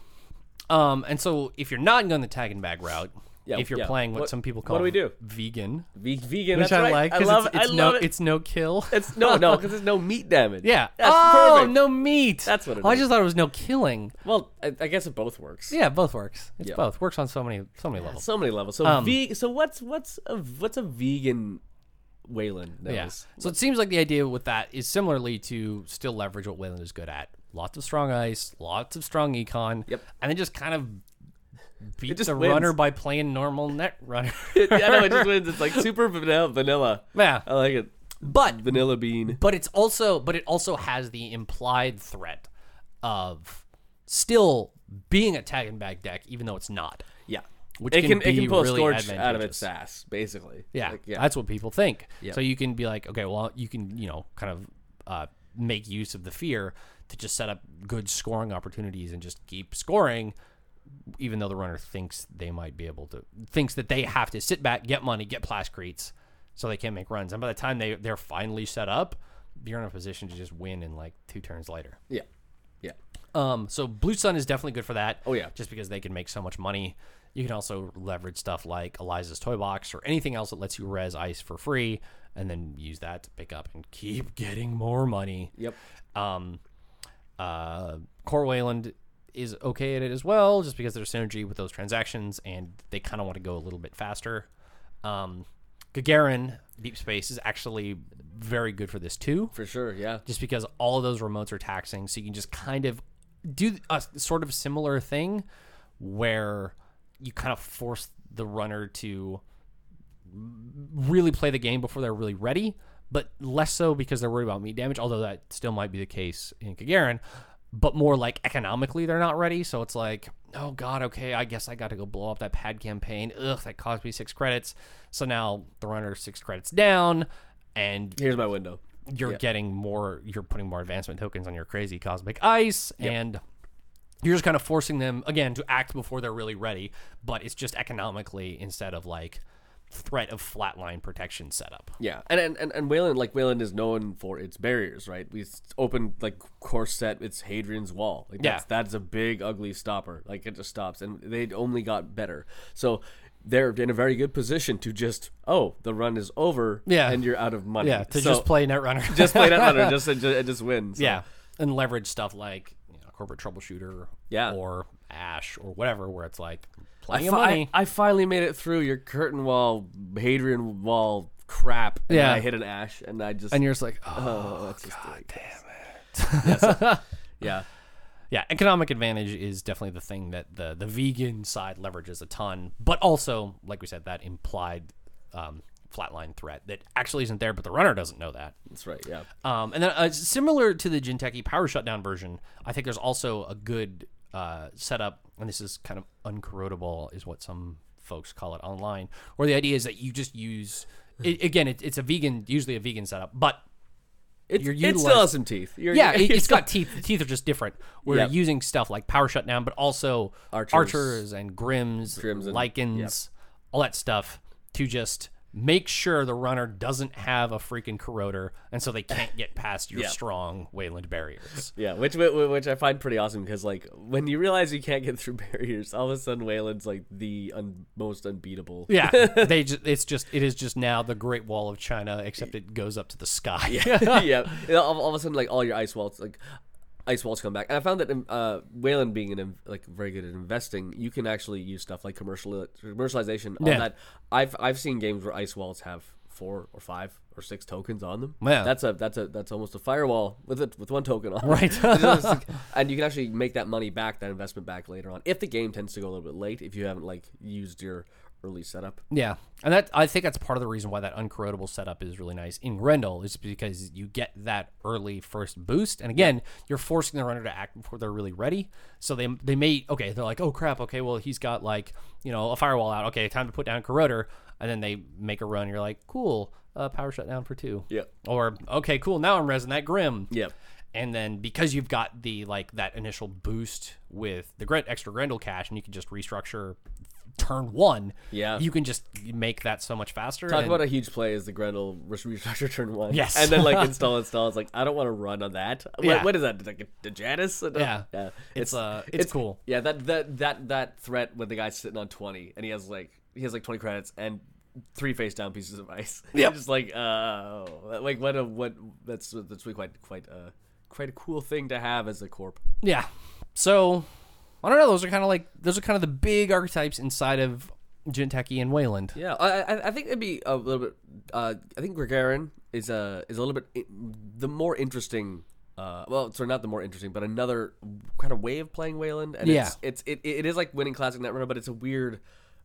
A: Um. And so if you're not going the tag and bag route,
B: Yeah,
A: if you're
B: yeah.
A: playing what,
B: What-
A: some people
B: what
A: call
B: do we do?
A: vegan,
B: Ve- vegan,
A: which
B: that's
A: I
B: right.
A: like,
B: I
A: 'cause
B: love,
A: it's,
B: it. I
A: it's
B: love
A: no,
B: it.
A: it's no kill.
B: It's no, no, because there's no meat damage.
A: Yeah.
B: that's
A: oh,
B: perfect.
A: no meat.
B: That's what it
A: oh, I
B: is.
A: just thought it was no killing.
B: Well, I, I guess it both works.
A: Yeah, both works. It's both works on so many so many levels.
B: So many levels. So,
A: um,
B: ve- so what's what's a what's a vegan Wayland?
A: Yeah.
B: knows?
A: So it seems like the idea with that is similarly to still leverage what Wayland is good at. Lots of strong ice, lots of strong econ.
B: Yep.
A: And then just kind of beat
B: just
A: the
B: wins.
A: runner by playing normal net runner.
B: Yeah, no, it Oh. just wins. It's like super vanilla. Vanilla.
A: Yeah.
B: I like it.
A: but
B: Vanilla bean.
A: but it's also but it also has the implied threat of still being a tag and bag deck, even though it's not.
B: Yeah.
A: which
B: It can,
A: be
B: it can pull
A: really
B: a storch out of
A: advantageous.
B: its ass, basically.
A: Yeah,
B: Like, yeah.
A: that's what people think.
B: Yeah.
A: So you can be like, okay, well, you can you know kind of uh, make use of the fear to just set up good scoring opportunities and just keep scoring, even though the runner thinks they might be able to thinks that they have to sit back, get money, get plascreets, so they can make runs. And by the time they they're finally set up, you're in a position to just win in like two turns later.
B: yeah. Yeah.
A: Um, so Blue Sun is definitely good for that.
B: Oh, yeah.
A: just because they can make so much money. You can also leverage stuff like Eliza's Toy Box or anything else that lets you res ice for free, and then use that to pick up and keep getting more money.
B: Yep.
A: Um, uh, Core Wayland is okay at it as well, just because there's synergy with those transactions, and they kind of want to go a little bit faster. Um, Gagarin Deep Space is actually very good for this too
B: For sure. Yeah.
A: just because all of those remotes are taxing. So you can just kind of do a s- sort of similar thing where you kind of force the runner to really play the game before they're really ready, but less so because they're worried about meat damage, although that still might be the case in Kagarin, but more like economically they're not ready. So it's like, oh God, okay, I guess I got to go blow up that pad campaign. Ugh, that cost me six credits. So now the runner's six credits down. And
B: Here's my window.
A: you're getting more you're putting more advancement tokens on your crazy cosmic ice and you're just kind of forcing them again to act before they're really ready but it's just economically instead of like threat of flatline protection setup
B: Yeah, and and and, and Wayland, like Wayland is known for its barriers, right? We s- opened like corset, it's Hadrian's Wall. Like that's,
A: Yeah.
B: that's a big ugly stopper. Like it just stops, and they only got better. So they're in a very good position to just oh the run is over,
A: Yeah.
B: and you're out of money.
A: yeah to
B: So,
A: just play netrunner
B: just play that runner, just and just, and just win. So,
A: yeah and leverage stuff like you know, corporate troubleshooter
B: Yeah.
A: or ash or whatever where it's like
B: I,
A: plenty of
B: fi-
A: money
B: I, I finally made it through your curtain wall, Hadrian Wall crap. And
A: Yeah.
B: I hit an ash, and I just
A: and you're just like oh
B: oh, that's just like, yeah.
A: yeah, economic advantage is definitely the thing that the the vegan side leverages a ton, but also, like we said, that implied um, flatline threat that actually isn't there, but the runner doesn't know that.
B: That's right. Yeah.
A: Um, and then uh, similar to the Jinteki power shutdown version, I think there's also a good uh, setup, and this is kind of uncorrodable, is what some folks call it online, where the idea is that you just use. It, again, it, it's a vegan, usually a vegan setup, but
B: It's,
A: You're
B: it still
A: utilizing-
B: has some teeth. You're,
A: yeah,
B: you're
A: it, it's
B: still-
A: got teeth. The teeth are just different. We're
B: Yep.
A: using stuff like Power Shutdown, but also
B: Archers.
A: archers, and Grims,
B: Grims and-
A: Lycans, all that stuff to just make sure the runner doesn't have a freaking corroder, and so they can't get past your
B: Yep.
A: strong Wayland barriers.
B: Yeah, which whi- whi- which I find pretty awesome because like when you realize you can't get through barriers, all of a sudden Wayland's like the un- most unbeatable.
A: Yeah, they just, it's just it is just now the Great Wall of China, except it goes up to the sky.
B: yeah. And All, all of a sudden, like all your ice walls, like ice walls come back. And I found that um, uh, Wayland being an in- like very good at investing, you can actually use stuff like commercial commercialization on
A: Yeah.
B: that. I've I've seen games where ice walls have four or five or six tokens on them.
A: Yeah.
B: that's a that's a that's almost a firewall with it with one token on. it.
A: Right.
B: It's just like- and you can actually make that money back, that investment back later on if the game tends to go a little bit late if you haven't like used your early setup.
A: Yeah, and that I think that's part of the reason why that uncorrodable setup is really nice in Grendel is because you get that early first boost, and again, you're forcing the runner to act before they're really ready. So they they may okay, they're like, oh crap, okay, well he's got like you know a firewall out, okay, time to put down corroder, and then they make a run. You're like, cool, uh, power shutdown for two.
B: Yeah.
A: Or okay, cool, now I'm resing that grim.
B: Yep.
A: And then because you've got the like that initial boost with the Gren- extra Grendel cash, and you can just restructure turn one.
B: Yeah.
A: You can just make that so much faster.
B: Talk
A: and-
B: about a huge play is the Grendel res- restructure turn one.
A: Yes.
B: And then like install install. It's like I don't want to run on that. What,
A: Yeah.
B: what is that? Like a, a Janus?
A: Yeah.
B: yeah.
A: It's, uh, it's cool.
B: Yeah. That that that that threat when the guy's sitting on twenty and he has like he has like twenty credits and three face down pieces of ice. Yeah. Just like uh like what a what that's that's really quite quite uh quite a cool thing to have as a corp.
A: yeah. So I don't know. Those are kind of like those are kind of the big archetypes inside of Jinteki and Wayland.
B: Yeah, I I, I think it'd be a little bit. Uh, I think Gagarin is a is a little bit i- the more interesting. Uh, well, sorry, not the more interesting, but another kind of way of playing Wayland. And
A: Yeah.
B: it's, it's it, it is like winning classic netrunner, but it's a weird.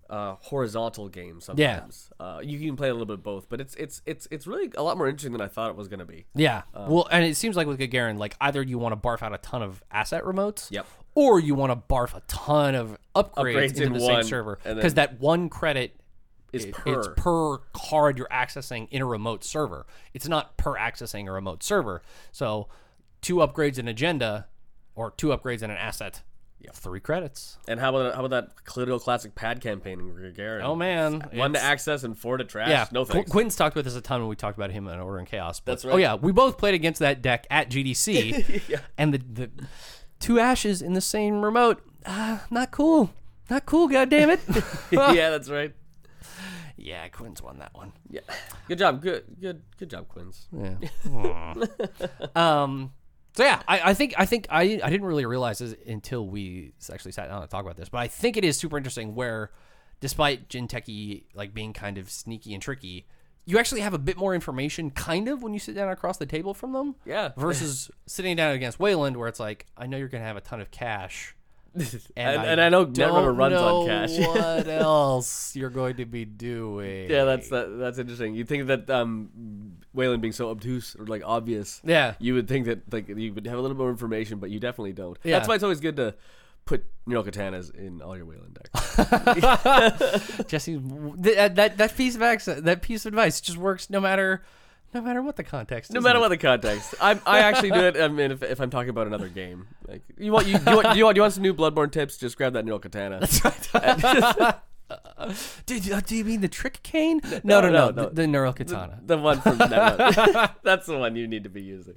B: uh, horizontal game sometimes. Uh, you can play a little bit of both, but it's it's it's it's really a lot more interesting than I thought it was going to be.
A: Yeah.
B: Uh,
A: well, and it seems like with Gagarin, like either you want to barf out a ton of asset remotes,
B: Yep.
A: or you want to barf a ton of upgrades,
B: Upgrades
A: into
B: in
A: the
B: one,
A: same server
B: and
A: because that one credit
B: Is
A: i-
B: per.
A: it's per card you're accessing in a remote server. It's not per accessing a remote server. So two upgrades in agenda, or two upgrades in an asset, three credits.
B: And how about how about that Clitical Classic pad campaign in Gagarin?
A: Oh man,
B: one to
A: It's-
B: access and four to trash.
A: Yeah,
B: no
A: Qu-
B: thanks.
A: Quinn's talked about this a ton when we talked about him in Order and Chaos. But,
B: That's right.
A: Oh yeah, we both played against that deck at GDC, and the, the two ashes in the same remote. Uh, not cool. Not cool. God damn it.
B: yeah, that's right.
A: yeah, Quinn's won that one.
B: Yeah, good job. Good good good job, Quinns.
A: Yeah. um. So yeah, I, I think I think I I didn't really realize this until we actually sat down to talk about this, but I think it is super interesting where, despite Jinteki like being kind of sneaky and tricky, you actually have a bit more information kind of when you sit down across the table from them.
B: Yeah.
A: Versus sitting down against Wayland, where it's like I know you're gonna have a ton of cash,
B: And- and I know Netrunner
A: don't
B: runs
A: know
B: on cash.
A: what else you're going to be doing?
B: Yeah, that's that, that's interesting. You think that um, Waylon being so obtuse or like obvious,
A: Yeah.
B: you would think that like you would have a little more information, but you definitely don't.
A: Yeah.
B: That's why it's always good to put neural katanas in all your Waylon decks.
A: Jesse, th- that, that that piece of accent, that piece of advice just works no matter, no matter what the context.
B: no matter what the context, I I actually do it. I mean, if, if I'm talking about another game, like you want you, you want you want you want some new Bloodborne tips, just grab that neural katana.
A: Did you, do you mean the trick cane? No, no, no,
B: no, no.
A: The, the neural katana.
B: The one from that That's the one you need to be using.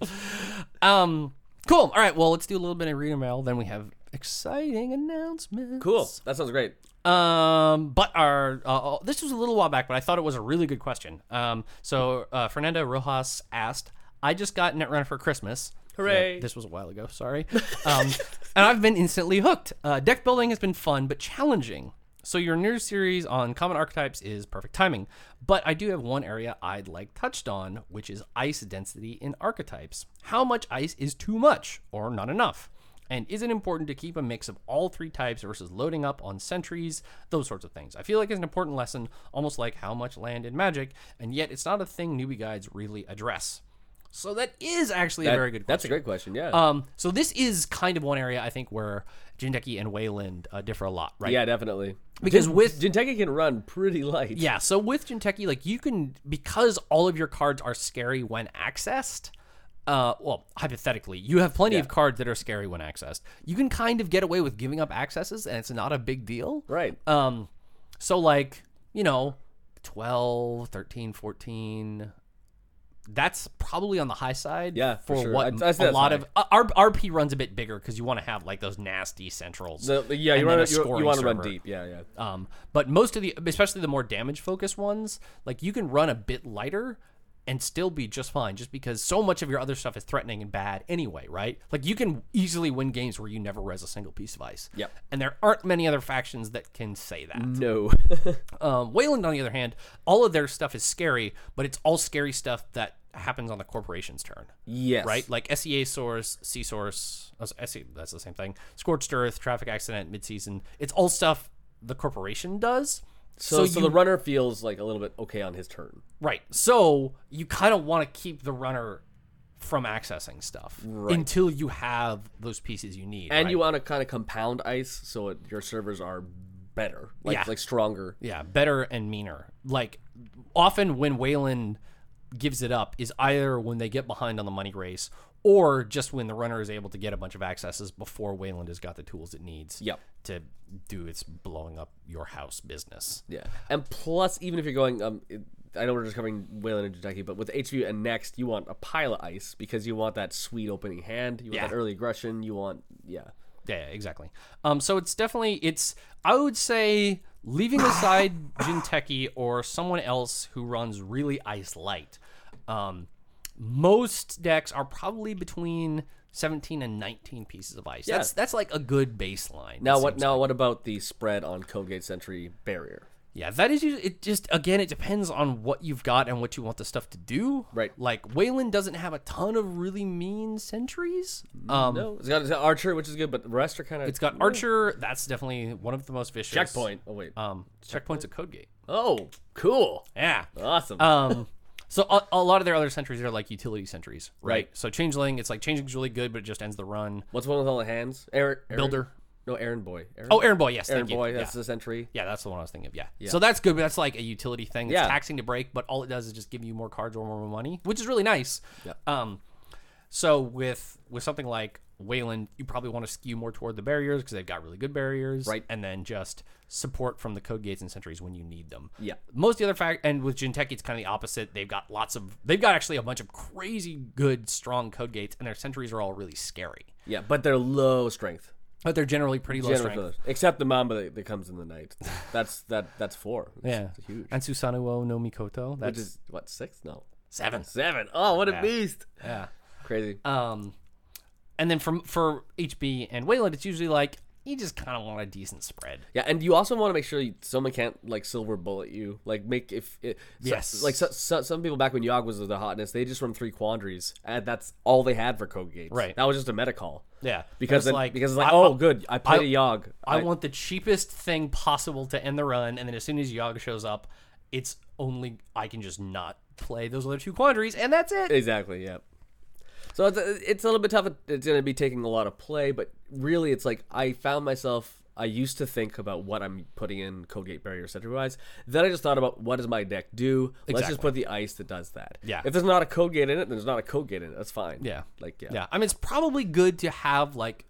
A: Um, cool. All right. Well, let's do a little bit of reader mail. Then we have exciting announcements.
B: Cool. That sounds great.
A: Um, but our uh, uh, this was a little while back, but I thought it was a really good question. Um, so uh, Fernando Rojas asked, "I just got Netrunner for Christmas.
B: Hooray.
A: Yeah, this was a while ago. Sorry. Um, and I've been instantly hooked. Uh, deck building has been fun but challenging. So your new series on common archetypes is perfect timing. But I do have one area I'd like touched on, which is ice density in archetypes. How much ice is too much or not enough? And is it important to keep a mix of all three types versus loading up on sentries? Those sorts of things. I feel like it's an important lesson, almost like how much land in magic, and yet it's not a thing newbie guides really address. So that is actually a very good question.
B: That's a great question. Yeah.
A: Um, so this is kind of one area I think where Jindeki and Wayland uh, differ a lot, right?
B: yeah, definitely.
A: Because with
B: Jinteki can run pretty light.
A: yeah, so with Jinteki, like you can because all of your cards are scary when accessed. Uh, well, hypothetically, you have plenty of cards that are scary when accessed. You can kind of get away with giving up accesses, and it's not a big deal.
B: Right.
A: Um, so like, you know, 12, 13, 14, that's probably on the high side.
B: Yeah, for
A: For,
B: sure.
A: what
B: I'd- I'd say
A: a
B: that's
A: lot
B: high.
A: of uh, R- RP runs a bit bigger because you want to have like those nasty centrals.
B: So, yeah, you
A: and
B: want
A: then a
B: to you,
A: scoring
B: want to run
A: server.
B: deep. Yeah, yeah.
A: Um, but most of the, especially the more damage focused ones, like you can run a bit lighter and still be just fine, just because so much of your other stuff is threatening and bad anyway, right? Like you can easily win games where you never res a single piece of ice.
B: Yep.
A: And there aren't many other factions that can say that.
B: No.
A: Um, Wayland, on the other hand, all of their stuff is scary, but it's all scary stuff that happens on the corporation's turn,
B: yes.
A: right? Like SEA source, C source, uh, SE that's the same thing. Scorched Earth, traffic accident, midseason. It's all stuff the corporation does.
B: So, so, the runner feels like a little bit okay on his turn.
A: Right. So you kind of want to keep the runner from accessing stuff until you have those pieces you need.
B: And
A: right?
B: you want to kind of compound ice so it, your servers are better, like
A: Yeah.
B: like stronger.
A: Yeah, better and meaner. Like often when Waylon gives it up is either when they get behind on the money race or just when the runner is able to get a bunch of accesses before Wayland has got the tools it needs
B: Yep.
A: to do its blowing up your house business.
B: Yeah. And plus, even if you're going, um, it, I know we're just covering Wayland and Kentucky, but with HVU and Next, you want a pile of ice because you want that sweet opening hand. You want
A: Yeah.
B: that early aggression. You want, yeah.
A: Yeah, exactly. Um, so it's definitely it's I would say leaving aside Jinteki or someone else who runs really ice light. Um, most decks are probably between 17 and 19 pieces of ice. That's that's like a good baseline.
B: Now what? Now what about the spread on Codegate Sentry barrier?
A: Yeah, that is usually, it. Just again, it depends on what you've got and what you want the stuff to do.
B: Right.
A: Like Wayland doesn't have a ton of really mean sentries. Um,
B: No, it's got, it's got Archer, which is good, but the rest are kind of.
A: It's got Archer. That's definitely one of the most vicious.
B: checkpoint. Oh wait.
A: Um, checkpoints at Codegate.
B: oh, cool.
A: Yeah.
B: Awesome.
A: Um, so a, a lot of their other sentries are like utility sentries, right?
B: Right.
A: So changeling, it's like changeling's really good, but it just ends the run.
B: What's the one with all the hands? Aaron, Aaron-
A: Builder.
B: No, Aaron Boy. Aaron,
A: Oh, Aaron Boy. Yes,
B: Aaron
A: thank you.
B: Boy. That's
A: yeah.
B: the sentry.
A: Yeah, that's the one I was thinking of. Yeah. So that's good, but that's like a utility thing. It's
B: Yeah.
A: taxing to break, but all it does is just give you more cards or more money, which is really nice. Um, so with with something like Wayland, you probably want to skew more toward the barriers because they've got really good barriers,
B: Right.
A: And then just support from the code gates and sentries when you need them.
B: Yeah.
A: Most of the other fact, and with Jinteki, it's kind of the opposite. They've got lots of, they've got actually a bunch of crazy good, strong code gates, and their sentries are all really scary,
B: Yeah, but they're low strength.
A: but they're generally pretty low
B: Generally
A: strength.
B: low- Except the Mamba that, that comes in the night. That's that. That's four. It's,
A: Yeah,
B: it's huge.
A: And Susanoo no Mikoto.
B: Which
A: That's
B: is what six? No,
A: seven.
B: seven. Oh, what a beast!
A: Yeah.
B: Crazy.
A: Um, and then from for HB and Wayland, it's usually like you just kind of want a decent spread.
B: Yeah, and you also want to make sure you, someone can't like silver bullet you. Like make if it, so-
A: Yes.
B: like so, so, some people back when Yogg was the hotness, they just run three quandaries, and that's all they had for code gates.
A: Right.
B: that was just a meta call.
A: Yeah,
B: because
A: it's
B: then,
A: like
B: because it's like
A: I-
B: oh good, I played
A: I-
B: a Yogg.
A: I, want the cheapest thing possible to end the run, and then as soon as Yaga shows up, it's only I can just not play those other two quandaries, and that's it.
B: exactly yeah. So it's it's a little bit tough. It's going to be taking a lot of play, but really, it's like I found myself. I used to think about what I'm putting in code gate barrier center wise. Then I just thought about what does my deck do. Let's just
A: Exactly.
B: put the ice that does that.
A: Yeah.
B: If there's not a code gate in it, then there's not a code gate in it. That's fine.
A: Yeah.
B: Like yeah.
A: yeah, I mean it's probably good to have like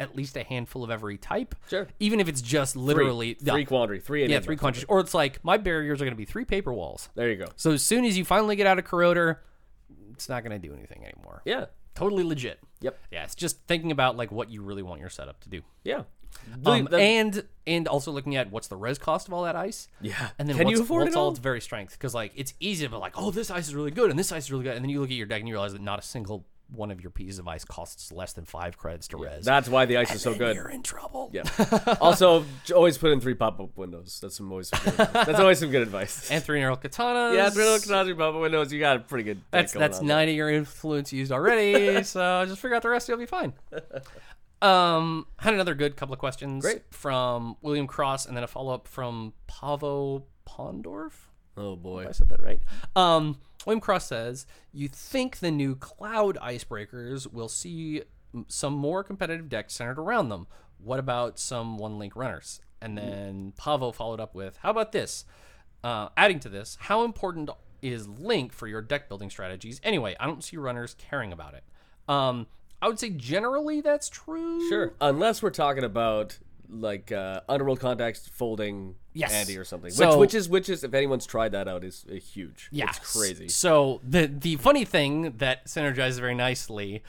A: at least a handful of every type.
B: Sure.
A: even if it's just literally
B: Three quandary, three and
A: yeah, yeah three quandaries, or it's like my barriers are going to be three paper walls.
B: There you go.
A: So as soon as you finally get out of Corroder, it's not going to do anything anymore.
B: Yeah.
A: totally legit.
B: Yep.
A: Yeah, it's just thinking about like what you really want your setup to do,
B: Yeah.
A: um,
B: The- the-
A: and and also looking at what's the res cost of all that ice.
B: Yeah.
A: and then
B: Can you
A: what's,
B: afford
A: what's
B: it
A: all?
B: all?
A: its very strength because like it's easy to be like, oh, this ice is really good and this ice is really good, and then you look at your deck and you realize that not a single one of your pieces of ice costs less than five credits to res.
B: that's why the ice is so
A: Then
B: good.
A: You're in trouble.
B: Yeah. also, j- always put in three pop-up windows. That's some always. Some good advice. that's always some good advice.
A: and three narrow katanas.
B: yeah, three little Kanaji pop-up windows. You got a pretty good. deck
A: That's
B: going
A: that's
B: on.
A: nine of your influence used already. so just figure out the rest, you'll be fine. Um, had another good couple of questions
B: Great.
A: from William Cross, and then a follow up from Pavo Pondorf.
B: Oh boy.
A: I said that right. Um, William Cross says you think the new cloud icebreakers will see m- some more competitive decks centered around them. What about some one link runners? And then Pavo followed up with, "How about this? Uh, adding to this, how important is link for your deck building strategies? Anyway, I don't see runners caring about it. Um, I would say generally that's true.
B: Sure. Unless we're talking about like uh, underworld contacts folding
A: Yes.
B: Andy or something,
A: So-
B: which which is which is if anyone's tried that out is uh, huge.
A: Yeah,
B: It's crazy.
A: So the the funny thing that synergizes very nicely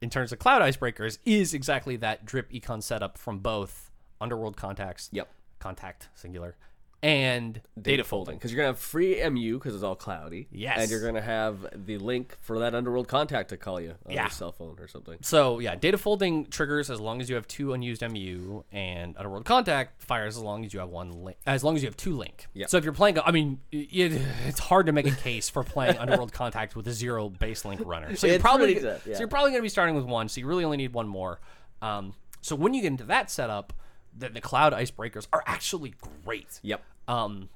A: in terms of cloud icebreakers is exactly that drip econ setup from both underworld contacts.
B: Yep.
A: Contact singular and data folding.
B: because you're gonna have free MU because it's all cloudy.
A: Yes.
B: and you're gonna have the link for that underworld contact to call you on
A: Yeah.
B: your cell phone or something.
A: So yeah, data folding triggers as long as you have two unused MU, and underworld contact fires as long as you have one link, as long as you have two link.
B: Yeah.
A: So if you're playing, I mean, it, it's hard to make a case for playing underworld contact with a zero base link runner. So you're
B: It's
A: probably
B: really tough, yeah.
A: so you're probably going to be starting with one. So you really only need one more. Um, so when you get into that setup, then the cloud icebreakers are actually great.
B: Yep.
A: Um,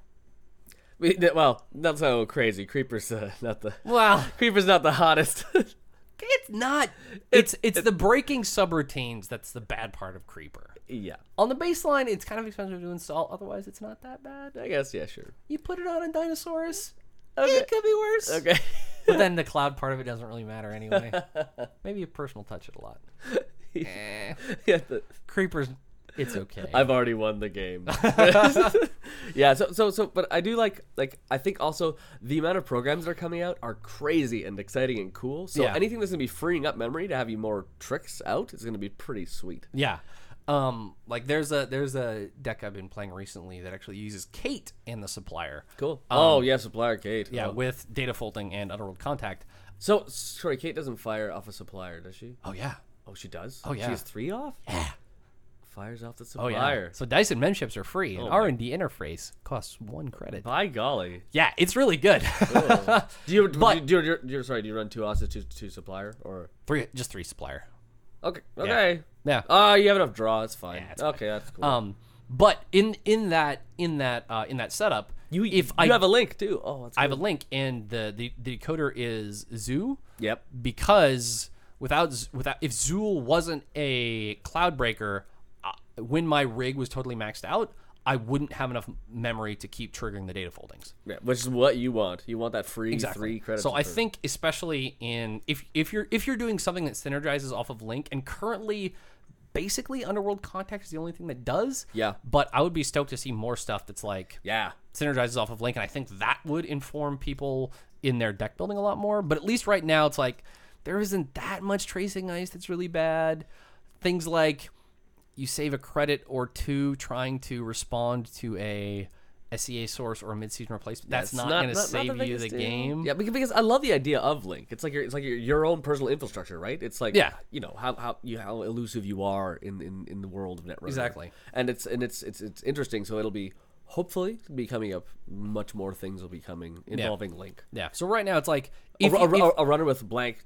B: We- th- Well, not so crazy. Creeper's uh, not the
A: well,
B: Creeper's not the hottest.
A: it's not. It's it's the breaking subroutines that's the bad part of Creeper.
B: yeah,
A: On the baseline, it's kind of expensive to install. Otherwise, it's not that bad.
B: I guess. Yeah, sure.
A: You put it on a dinosaurus, it could be worse.
B: Okay.
A: But then the cloud part of it doesn't really matter anyway. Maybe a personal touch it a lot.
B: yeah, the-
A: Creepers, it's okay.
B: I've already won the game. yeah, so so so but I do like like I think also the amount of programs that are coming out are crazy and exciting and cool. So
A: Yeah.
B: anything that's going to be freeing up memory to have you more tricks out is going to be pretty sweet.
A: yeah. Um, like there's a there's a deck I've been playing recently that actually uses Kate and the supplier.
B: Cool. oh, yeah, supplier Kate.
A: Um, Yeah,
B: Oh.
A: with data folding and underworld contact.
B: So sorry, Kate doesn't fire off a supplier, does she?
A: Oh yeah.
B: Oh, she does.
A: yeah.
B: She has three off. Yeah. Fire's off the
A: Oh
B: supplier.
A: yeah. So dice and memships are free. and
B: Oh, my-
A: R and D interface costs one credit.
B: By golly.
A: Yeah, it's really good.
B: Do you, do
A: But-
B: you, do you, do you- sorry, do you run two offsets to, to supplier or
A: three, just three supplier.
B: Okay. Okay.
A: Yeah.
B: Ah, you have enough draw, it's fine.
A: Yeah, it's
B: okay, that's cool.
A: Um, but in in that in that uh, in that setup, you if I
B: you have a link too. Oh, that's
A: I have a link and the the, the decoder is Zoo.
B: Yep.
A: because without Z- without if Zool wasn't a Cloudbreaker, uh, when my rig was totally maxed out, I wouldn't have enough memory to keep triggering the data foldings.
B: Yeah, which is what you want. You want that free three credits.
A: So I
B: for-
A: think especially in if if you're if you're doing something that synergizes off of Link and currently basically Underworld Contact is the only thing that does.
B: Yeah.
A: But I would be stoked to see more stuff that's like
B: Yeah.
A: synergizes off of Link, and I think that would inform people in their deck building a lot more. But at least right now, it's like there isn't that much tracing ice that's really bad. Things like you save a credit or two trying to respond to a SEA source or a mid-season replacement. That's, not, going to
B: not
A: save you
B: biggest
A: the
B: deal.
A: game.
B: Yeah, because, because I love the idea of Link. It's like your it's like your, your own personal infrastructure, right? It's like
A: Yeah.
B: you know how how you how elusive you are in in, in the world of netrunner.
A: Exactly.
B: And it's and it's it's it's interesting. So it'll be hopefully be coming up. Much more things will be coming involving Link.
A: Yeah. So right now, it's like
B: A,
A: if,
B: ru- a,
A: if,
B: ru- a runner with blank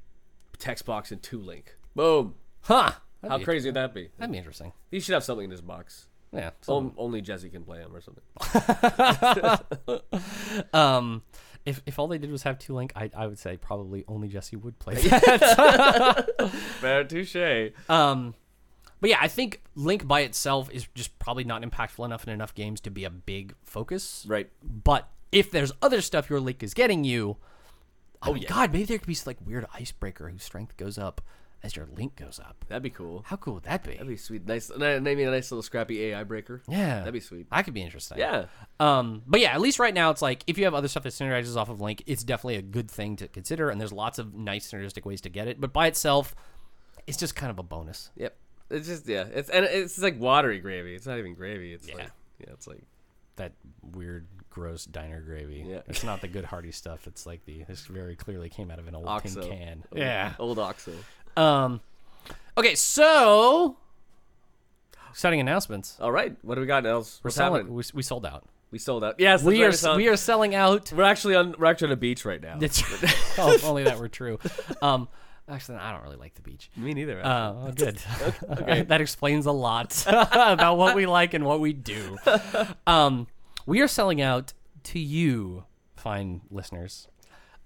B: text box and two Link. Boom.
A: huh?
B: how
A: That'd be,
B: crazy would that be?
A: that'd be interesting.
B: He should have something in his box.
A: Yeah. So,
B: Um, only Jesse can play him or something.
A: um, if, if all they did was have two link, I, I would say probably only Jesse would play that.
B: Fair touche.
A: Um, but yeah, I think Link by itself is just probably not impactful enough in enough games to be a big focus.
B: Right.
A: But if there's other stuff your Link is getting you, oh
B: yeah.
A: god, maybe there could be some like weird icebreaker whose strength goes up as your Link goes up.
B: That'd be cool.
A: How cool would that be?
B: That'd be sweet. Nice. Maybe a nice little scrappy AI breaker.
A: yeah,
B: That'd be sweet.
A: That could be interesting.
B: Yeah.
A: Um, but yeah, at least right now, it's like if you have other stuff that synergizes off of Link, it's definitely a good thing to consider, and there's lots of nice synergistic ways to get it. But by itself, it's just kind of a bonus.
B: Yep. It's just yeah. It's and it's like watery gravy. It's not even gravy. It's like yeah. It's like
A: that weird, gross diner gravy.
B: Yeah.
A: It's not the good hearty stuff. It's like the this very clearly came out of an old tin
B: Oxo. Oh,
A: can.
B: old- Old oxo.
A: Um. Okay, so exciting announcements.
B: All right. What do we got else?
A: We're
B: What's
A: selling.
B: happening?
A: We, we sold out.
B: We sold out. Yes.
A: We are we are selling out.
B: We're actually on. We're actually on a beach right now.
A: It's, oh, if only that were true. Um. Actually, I don't really like the beach.
B: Me neither. actually.
A: Oh, good. that explains a lot about what we like and what we do. Um, we are selling out to you, fine listeners,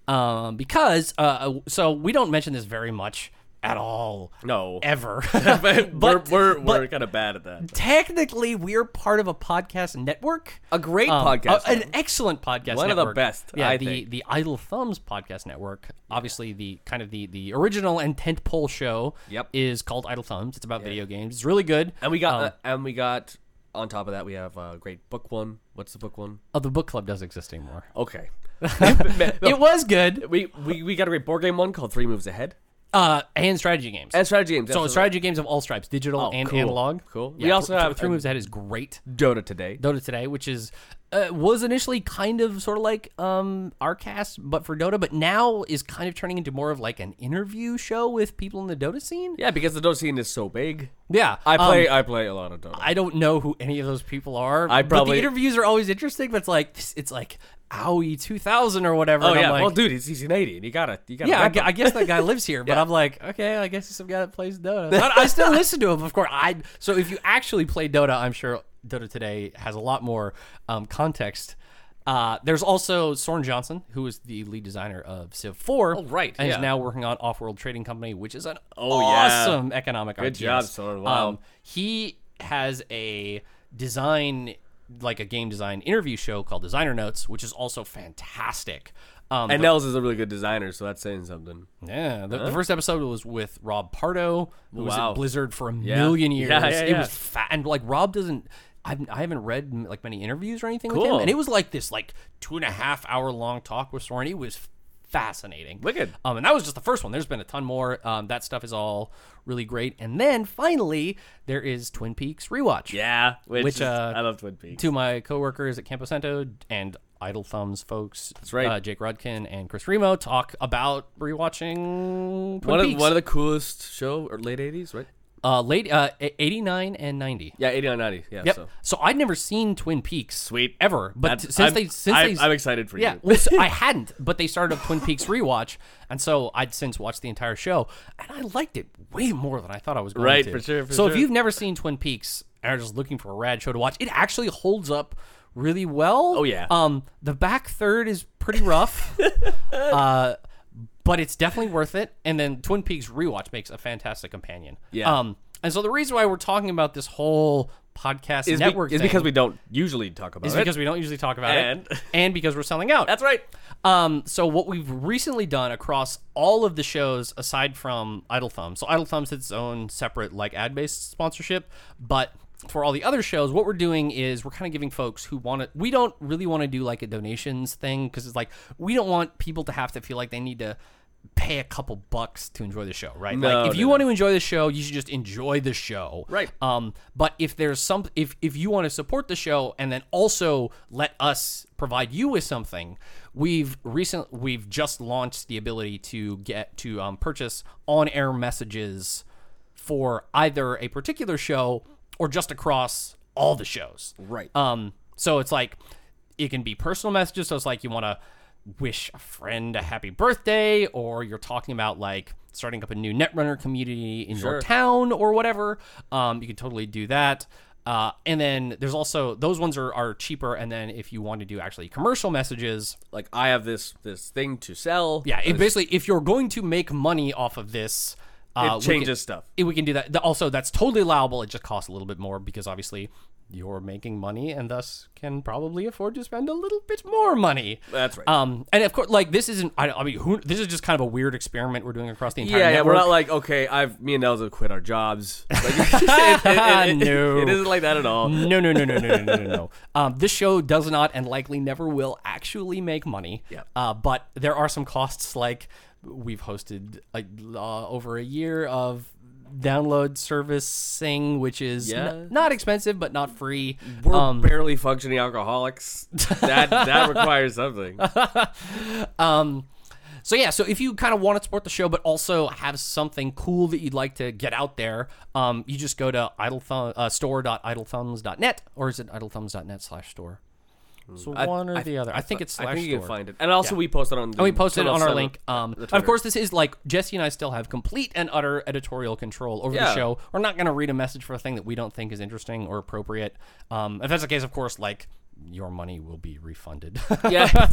A: um, because uh, so we don't mention this very much at all,
B: no.
A: ever.
B: but we're
A: but-
B: we're,
A: but-
B: we're kind of bad at that.
A: Technically, we're part of a podcast network.
B: A great
A: Um,
B: podcast.
A: a- an excellent podcast,
B: One of the
A: network.
B: best,
A: Yeah,
B: I
A: the
B: think.
A: the Idle Thumbs podcast network. Obviously, the kind of the the original and tentpole show.
B: Yep.
A: is called Idle Thumbs. It's about video games. It's really good.
B: and we got
A: um,
B: uh, and we got on top of that we have a great book one. What's the book one?
A: oh, the book club doesn't exist anymore.
B: Okay.
A: It was good.
B: we, we we got a great board game one called Three Moves Ahead
A: Uh, and Oh, strategy games.
B: and strategy games.
A: so
B: absolutely.
A: strategy games of all stripes, digital and
B: cool.
A: analog.
B: Cool.
A: Yeah,
B: We also
A: th-
B: have
A: three
B: a-
A: moves ahead is great.
B: Dota today.
A: Dota today, which is uh, was initially kind of sort of like um our cast, but for Dota, but now is kind of turning into more of like an interview show with people in the Dota scene.
B: Yeah, because the Dota scene is so big.
A: Yeah,
B: I
A: um,
B: play I play a lot of Dota.
A: I don't know who any of those people are.
B: I
A: but the
B: probably-
A: interviews are always interesting, but it's like this- it's like Owie two thousand or whatever.
B: oh
A: and I'm
B: yeah,
A: like,
B: well, dude, he's, he's Canadian. You gotta you gotta.
A: Yeah, I,
B: back
A: gu- I guess that guy lives here, but I'm like, okay, I guess he's some guy that plays Dota. I, I still listen to him, of course. I so if you actually play Dota, I'm sure Dota today has a lot more um, context. Uh, there's also Soren Johnson, who is the lead designer of Civ 4.
B: Oh, right,
A: And is
B: yeah.
A: now working on Offworld Trading Company, which is an
B: Oh, yeah.
A: awesome economic Good
B: job, Soren. Wow.
A: Um, he has a design, like a game design interview show called Designer Notes, which is also fantastic. Um,
B: and Nels is a really good designer, so that's saying something.
A: yeah, the, the first episode was with Rob Pardo, who was
B: Wow.
A: at Blizzard for a million years.
B: Yeah, yeah,
A: It
B: yeah.
A: was fat, and like Rob doesn't. I've, I haven't read m- like many interviews or anything with him,
B: Cool.
A: and it was like this like two and a half hour long talk with Soren. It was fascinating.
B: Wicked.
A: Um, and that was just the first one. There's been a ton more. Um, that stuff is all really great. And then finally, there is Twin Peaks rewatch.
B: Yeah, which,
A: Which,
B: is-
A: uh,
B: I love Twin Peaks.
A: To my coworkers at Camposento and Idle Thumbs folks, that's
B: right.
A: Uh, Jake Rudkin and Chris Remo talk about rewatching Twin
B: One of
A: Peaks.
B: one of the coolest show or late eighties, right?
A: Uh, late uh, eighty nine and ninety.
B: Yeah, 89, 90. Yeah.
A: Yep.
B: So.
A: So. I'd never seen Twin Peaks.
B: Sweet.
A: Ever, but
B: That's-
A: since
B: I'm-
A: they since
B: I'm,
A: they
B: I'm excited for
A: yeah,
B: you.
A: well, so I hadn't, but they started a Twin Peaks rewatch, and so I'd since watched the entire show, and I liked it way more than I thought I was going
B: Right,
A: to.
B: for sure, for
A: so if
B: sure.
A: you've never seen Twin Peaks and are just looking for a rad show to watch, it actually holds up really well.
B: Oh, yeah.
A: Um, the back third is pretty rough, uh, but it's definitely worth it. And then Twin Peaks rewatch makes a fantastic companion.
B: Yeah.
A: Um, and so the reason why we're talking about this whole podcast
B: Is
A: network
B: is
A: thing
B: because we don't usually talk about
A: is
B: it.
A: because we don't usually talk about it,
B: And-
A: and because we're selling out.
B: That's right.
A: Um, so what we've recently done across all of the shows, aside from Idle Thumb, so Idle Thumb's its own separate like ad based sponsorship, but for all the other shows, what we're doing is we're kind of giving folks who want to. We don't really want to do like a donations thing because it's like we don't want people to have to feel like they need to pay a couple bucks to enjoy the show, right?
B: No,
A: like if
B: no,
A: you
B: no.
A: want to enjoy the show, you should just enjoy the show,
B: Right.
A: um, but if there's some, if if you want to support the show and then also let us provide you with something, we've recent we've just launched the ability to get to um, purchase on air messages for either a particular show or just across all the shows.
B: Right.
A: Um, so it's like it can be personal messages. So it's like you want to wish a friend a happy birthday, or you're talking about like starting up a new Netrunner community in your town or whatever. Um, you can totally do that. Uh, and then there's also those ones are, are cheaper. And then if you want to do actually commercial messages,
B: Like I have this this thing to sell.
A: yeah, it
B: This-
A: basically if you're going to make money off of this, uh,
B: it
A: we can-
B: changes stuff.
A: it- we can do that. The- Also, that's totally allowable. It just costs a little bit more because obviously you're making money and thus can probably afford to spend a little bit more money.
B: That's right.
A: Um, and of course, like this isn't. I, I mean, who, this is just kind of a weird experiment we're doing across the entire.
B: yeah, yeah, we're
A: network.
B: not like okay. I've me and Elza quit our jobs. Like, it, it- it- it-
A: No.
B: it isn't like that at all.
A: no, no, no, no, no, no, no, no, no. Um, this show does not and likely never will actually make money.
B: Yeah.
A: Uh, but there are some costs, like we've hosted like uh, over a year of download servicing, which is n-
B: Yeah.
A: not expensive but not free.
B: We're
A: Um,
B: barely functioning alcoholics. That that requires something.
A: Um, so yeah, so if you kind of want to support the show, but also have something cool that you'd like to get out there, um, you just go to idle thumb, uh, store.idlethumbs.net or is it idlethumbs.net slash store? So one or the other. Hmm. I think it's slash
B: I think you
A: store.
B: can find it. And also, we post it on. The
A: And we posted it
B: Turtle
A: on our
B: Seven-
A: link. Um,
B: the
A: of
B: Twitter.
A: course, this is like Jesse and I still have complete and utter editorial control over the
B: Yeah.
A: show. We're not going to read a message for a thing that we don't think is interesting or appropriate. Um, if that's the case, of course, like your money will be refunded.
B: Yeah.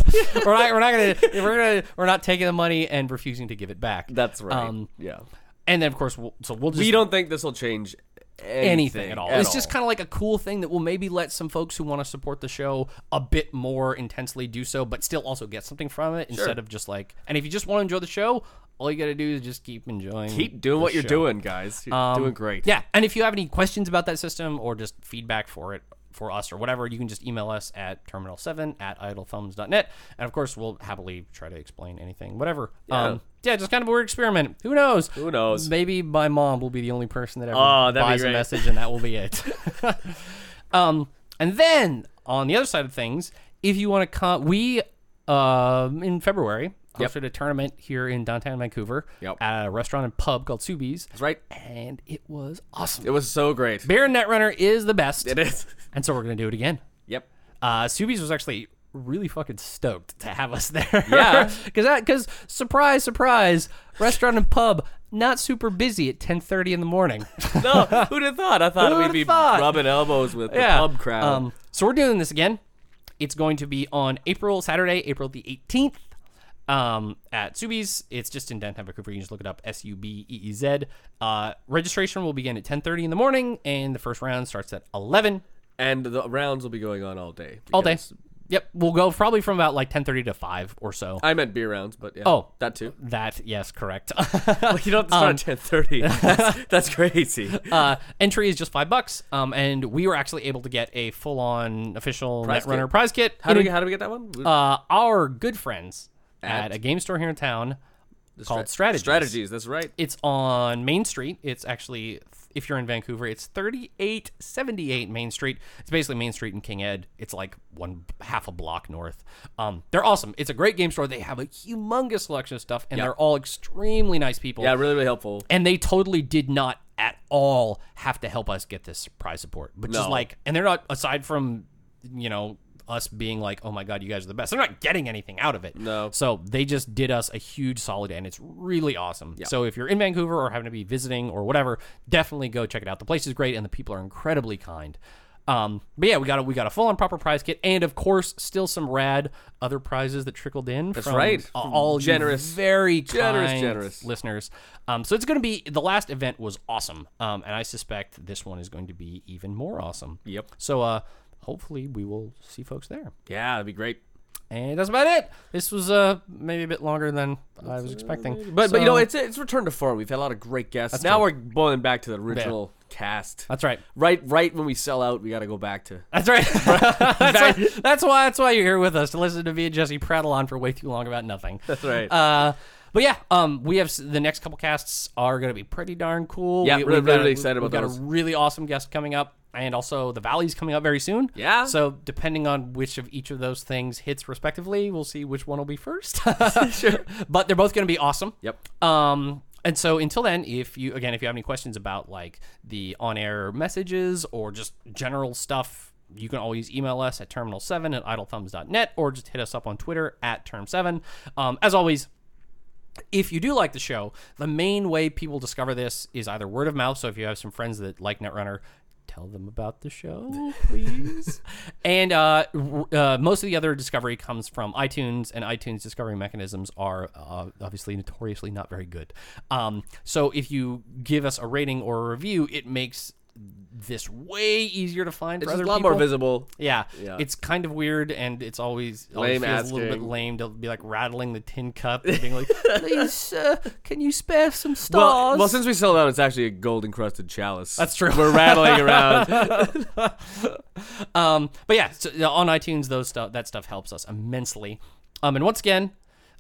A: we're not. We're not gonna. We're gonna. We're not taking the money and refusing to give it back.
B: That's right.
A: Um,
B: yeah.
A: and then of course, we'll, so we'll just
B: We don't think this will change anything,
A: anything at all. it's just kind of like a cool thing that will maybe let some folks who want to support the show a bit more intensely do so, but still also get something from it instead of just like. And if you just want to enjoy the show, all you got to do is just keep enjoying.
B: keep doing
A: the
B: what you're
A: show. Um,
B: doing, guys. You're doing great.
A: Yeah, and if you have any questions about that system or just feedback for it for us or whatever, you can just email us at terminal7 at idlethumbs.net. And of course, we'll happily try to explain anything, whatever. Yeah. Um, yeah, just kind of a weird experiment. Who knows? Who
B: knows?
A: Maybe my mom will be the only person that ever
B: Oh, that'd be
A: buys a
B: great.
A: message and that will be it. um, and then on the other side of things, if you want to come, we um in February
B: Yep.
A: hosted a tournament here in downtown Vancouver
B: Yep.
A: at a restaurant and pub called Subies
B: That's right.
A: and it was awesome.
B: It was so great.
A: Bear and Netrunner is the best,
B: It is.
A: and so we're gonna do it again.
B: Yep.
A: Uh, Subies was actually really fucking stoked to have us there.
B: Yeah.
A: because that because surprise, surprise, restaurant and pub not super busy at ten thirty in the morning.
B: No, who'd have thought? I thought
A: Who'd
B: we'd be
A: have thought?
B: rubbing elbows with
A: Yeah.
B: the pub crowd.
A: Um, so we're doing this again. It's going to be on April Saturday, April the 18th, um, at Subies. It's just in downtown Vancouver. You can just look it up. S U B E E Z. Uh, registration will begin at 10:30 in the morning, and the first round starts at 11
B: and the rounds will be going on all day.
A: all day.
B: because-
A: Yep, we'll go probably from about like 10:30 to 5 or so.
B: I meant beer rounds, but yeah.
A: Oh. Um.
B: that too.
A: that yes, correct.
B: you don't have to start at 10.30. That's, that's crazy.
A: uh, entry is just five bucks, um, and we were actually able to get a full-on official
B: Prize
A: Netrunner
B: kit.
A: prize kit.
B: How do, we, how do we get that one?
A: uh, our good friends at,
B: At-
A: a game store here in town called
B: Stra-
A: Strategies.
B: Strategies, Uh, that's right.
A: It's on Main Street. It's actually if you're in Vancouver, it's 3878 Main Street. It's basically Main Street in King Ed. It's like one half a block north. Um, they're awesome. It's a great game store. They have a humongous selection of stuff, and they're all extremely nice people.
B: Yeah, really, really helpful.
A: And they totally did not at all have to help us get this surprise support, which is
B: No.
A: like, and they're not aside from you know us being like, oh my god, you guys are the best. They're not getting anything out of it.
B: No.
A: So they just did us a huge solid, and it's really awesome. So if you're in Vancouver or happen to be visiting or whatever, definitely go check it out. The place is great, and the people are incredibly kind. Um, but yeah, we got a, we got a full on proper prize kit, and of course, still some rad other prizes that trickled in. That's from
B: right.
A: a- All you
B: Generous.
A: very
B: Generous,
A: kind
B: generous.
A: listeners. Um, so it's going to be the last event was awesome, um, and I suspect this one is going to be even more awesome.
B: Yep.
A: So uh, hopefully we will see folks there.
B: Yeah, that'd be great.
A: And that's about it. This was uh maybe a bit longer than I was expecting,
B: But but you know,
A: So-
B: it's it's return to form. We've had a lot of great guests. now we're boiling back to the original cast.
A: that's right.
B: Right, right when we sell out, we got to go back to.
A: That's right. that's, why, that's why. That's why you're here with us to listen to me and Jesse prattle on for way too long about nothing. That's
B: right.
A: Uh, but yeah, um, we have s- the next couple casts are going to be pretty darn cool.
B: Yeah,
A: we,
B: really-
A: we've got a-
B: really excited
A: we've
B: about
A: got
B: those.
A: a really awesome guest coming up, and also the Valley's coming up very soon.
B: Yeah.
A: So depending on which of each of those things hits respectively, we'll see which one will be first.
B: Sure.
A: But they're both going to be awesome.
B: Yep.
A: Um, and so until then, if you again, if you have any questions about like the on-air messages or just general stuff, you can always email us at terminal7 at idlethumbs.net or just hit us up on Twitter at term7. Um, as always, if you do like the show, the main way people discover this is either word of mouth. So if you have some friends that like Netrunner, tell them about the show, please. and uh, r- uh, most of the other discovery comes from iTunes, and iTunes discovery mechanisms are uh, obviously notoriously not very good. Um, so if you give us a rating or a review, it makes this way easier to find for
B: It's just
A: other
B: a lot
A: people.
B: more visible.
A: Yeah.
B: Yeah.
A: it's kind of weird, and it's always always
B: Lame
A: feels a little bit
B: asking.
A: lame to be like rattling the tin cup and being like, "Please, uh, can you spare some
B: Well,
A: stars?"
B: well, since we sold out, it's actually a gold encrusted chalice.
A: That's true.
B: We're rattling around.
A: um, but yeah, so, yeah, on iTunes, those stuff that stuff helps us immensely. Um, and once again,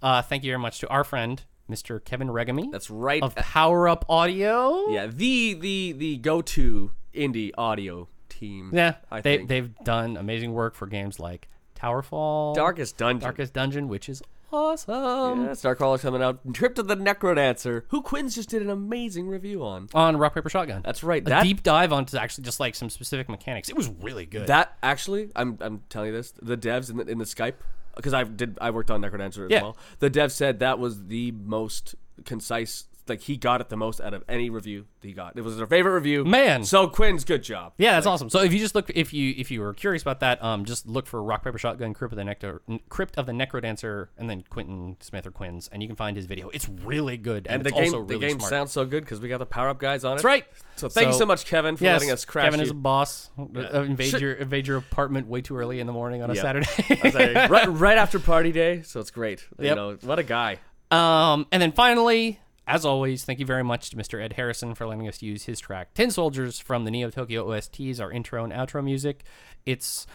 A: uh, thank you very much to our friend Mr. Kevin Regamy
B: That's right.
A: of Power Up Audio.
B: yeah, the the the go to indie audio team.
A: Yeah,
B: I
A: they
B: think.
A: they've done amazing work for games like Towerfall,
B: Darkest Dungeon.
A: Darkest Dungeon, which is awesome.
B: Yeah, Starcrawler coming out. Trip to the Necrodancer, who Quinn's just did an amazing review on.
A: On Rock Paper Shotgun.
B: That's right.
A: a
B: That
A: deep dive onto actually just like some specific mechanics. It was really good.
B: that actually, I'm I'm telling you this. The devs in the in the Skype because I did I worked on Necrodancer as
A: Yeah.
B: well. The dev said that was the most concise. Like he got it the most out of any review he got. It was their favorite review.
A: Man.
B: so Quinn's good job.
A: yeah, that's awesome. So if you just look, if you if you were curious about that, um, just look for Rock Paper Shotgun Crypt of the Necro Crypt of the Necrodancer, and then Quentin Smith or Quinn's, and you can find his video. It's really good, and,
B: And the
A: it's
B: game
A: also really
B: the game
A: smart.
B: sounds so good because we got the power up guys on it.
A: that's right.
B: So thank you so much, Kevin, for
A: yes,
B: letting us crash.
A: Kevin is a
B: you.
A: boss. Uh, invade your invade your apartment way too early in the morning on a Saturday.
B: right, right after party day, so it's great. You
A: Yep.
B: know, what a guy.
A: Um, and then finally, as always, thank you very much to Mr. Ed Harrison for letting us use his track Tin Soldiers from the Neo Tokyo OSTs, our intro and outro music. It's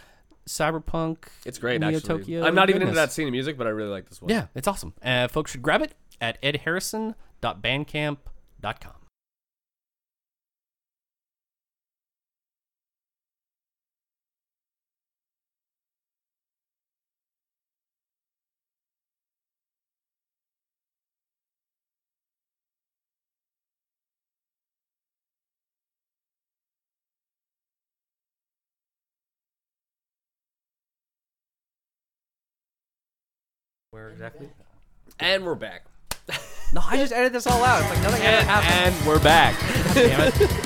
A: cyberpunk.
B: It's great,
A: Neo
B: actually.
A: Tokyo
B: I'm not even into
A: goodness.
B: that scene of music, but I really like this one.
A: Yeah, it's awesome. Uh, folks should grab it at edharrison.bandcamp.com. Where exactly?
B: And we're back.
A: No, I just edited this all out. It's like nothing ever happened.
B: And we're back.
A: Damn it.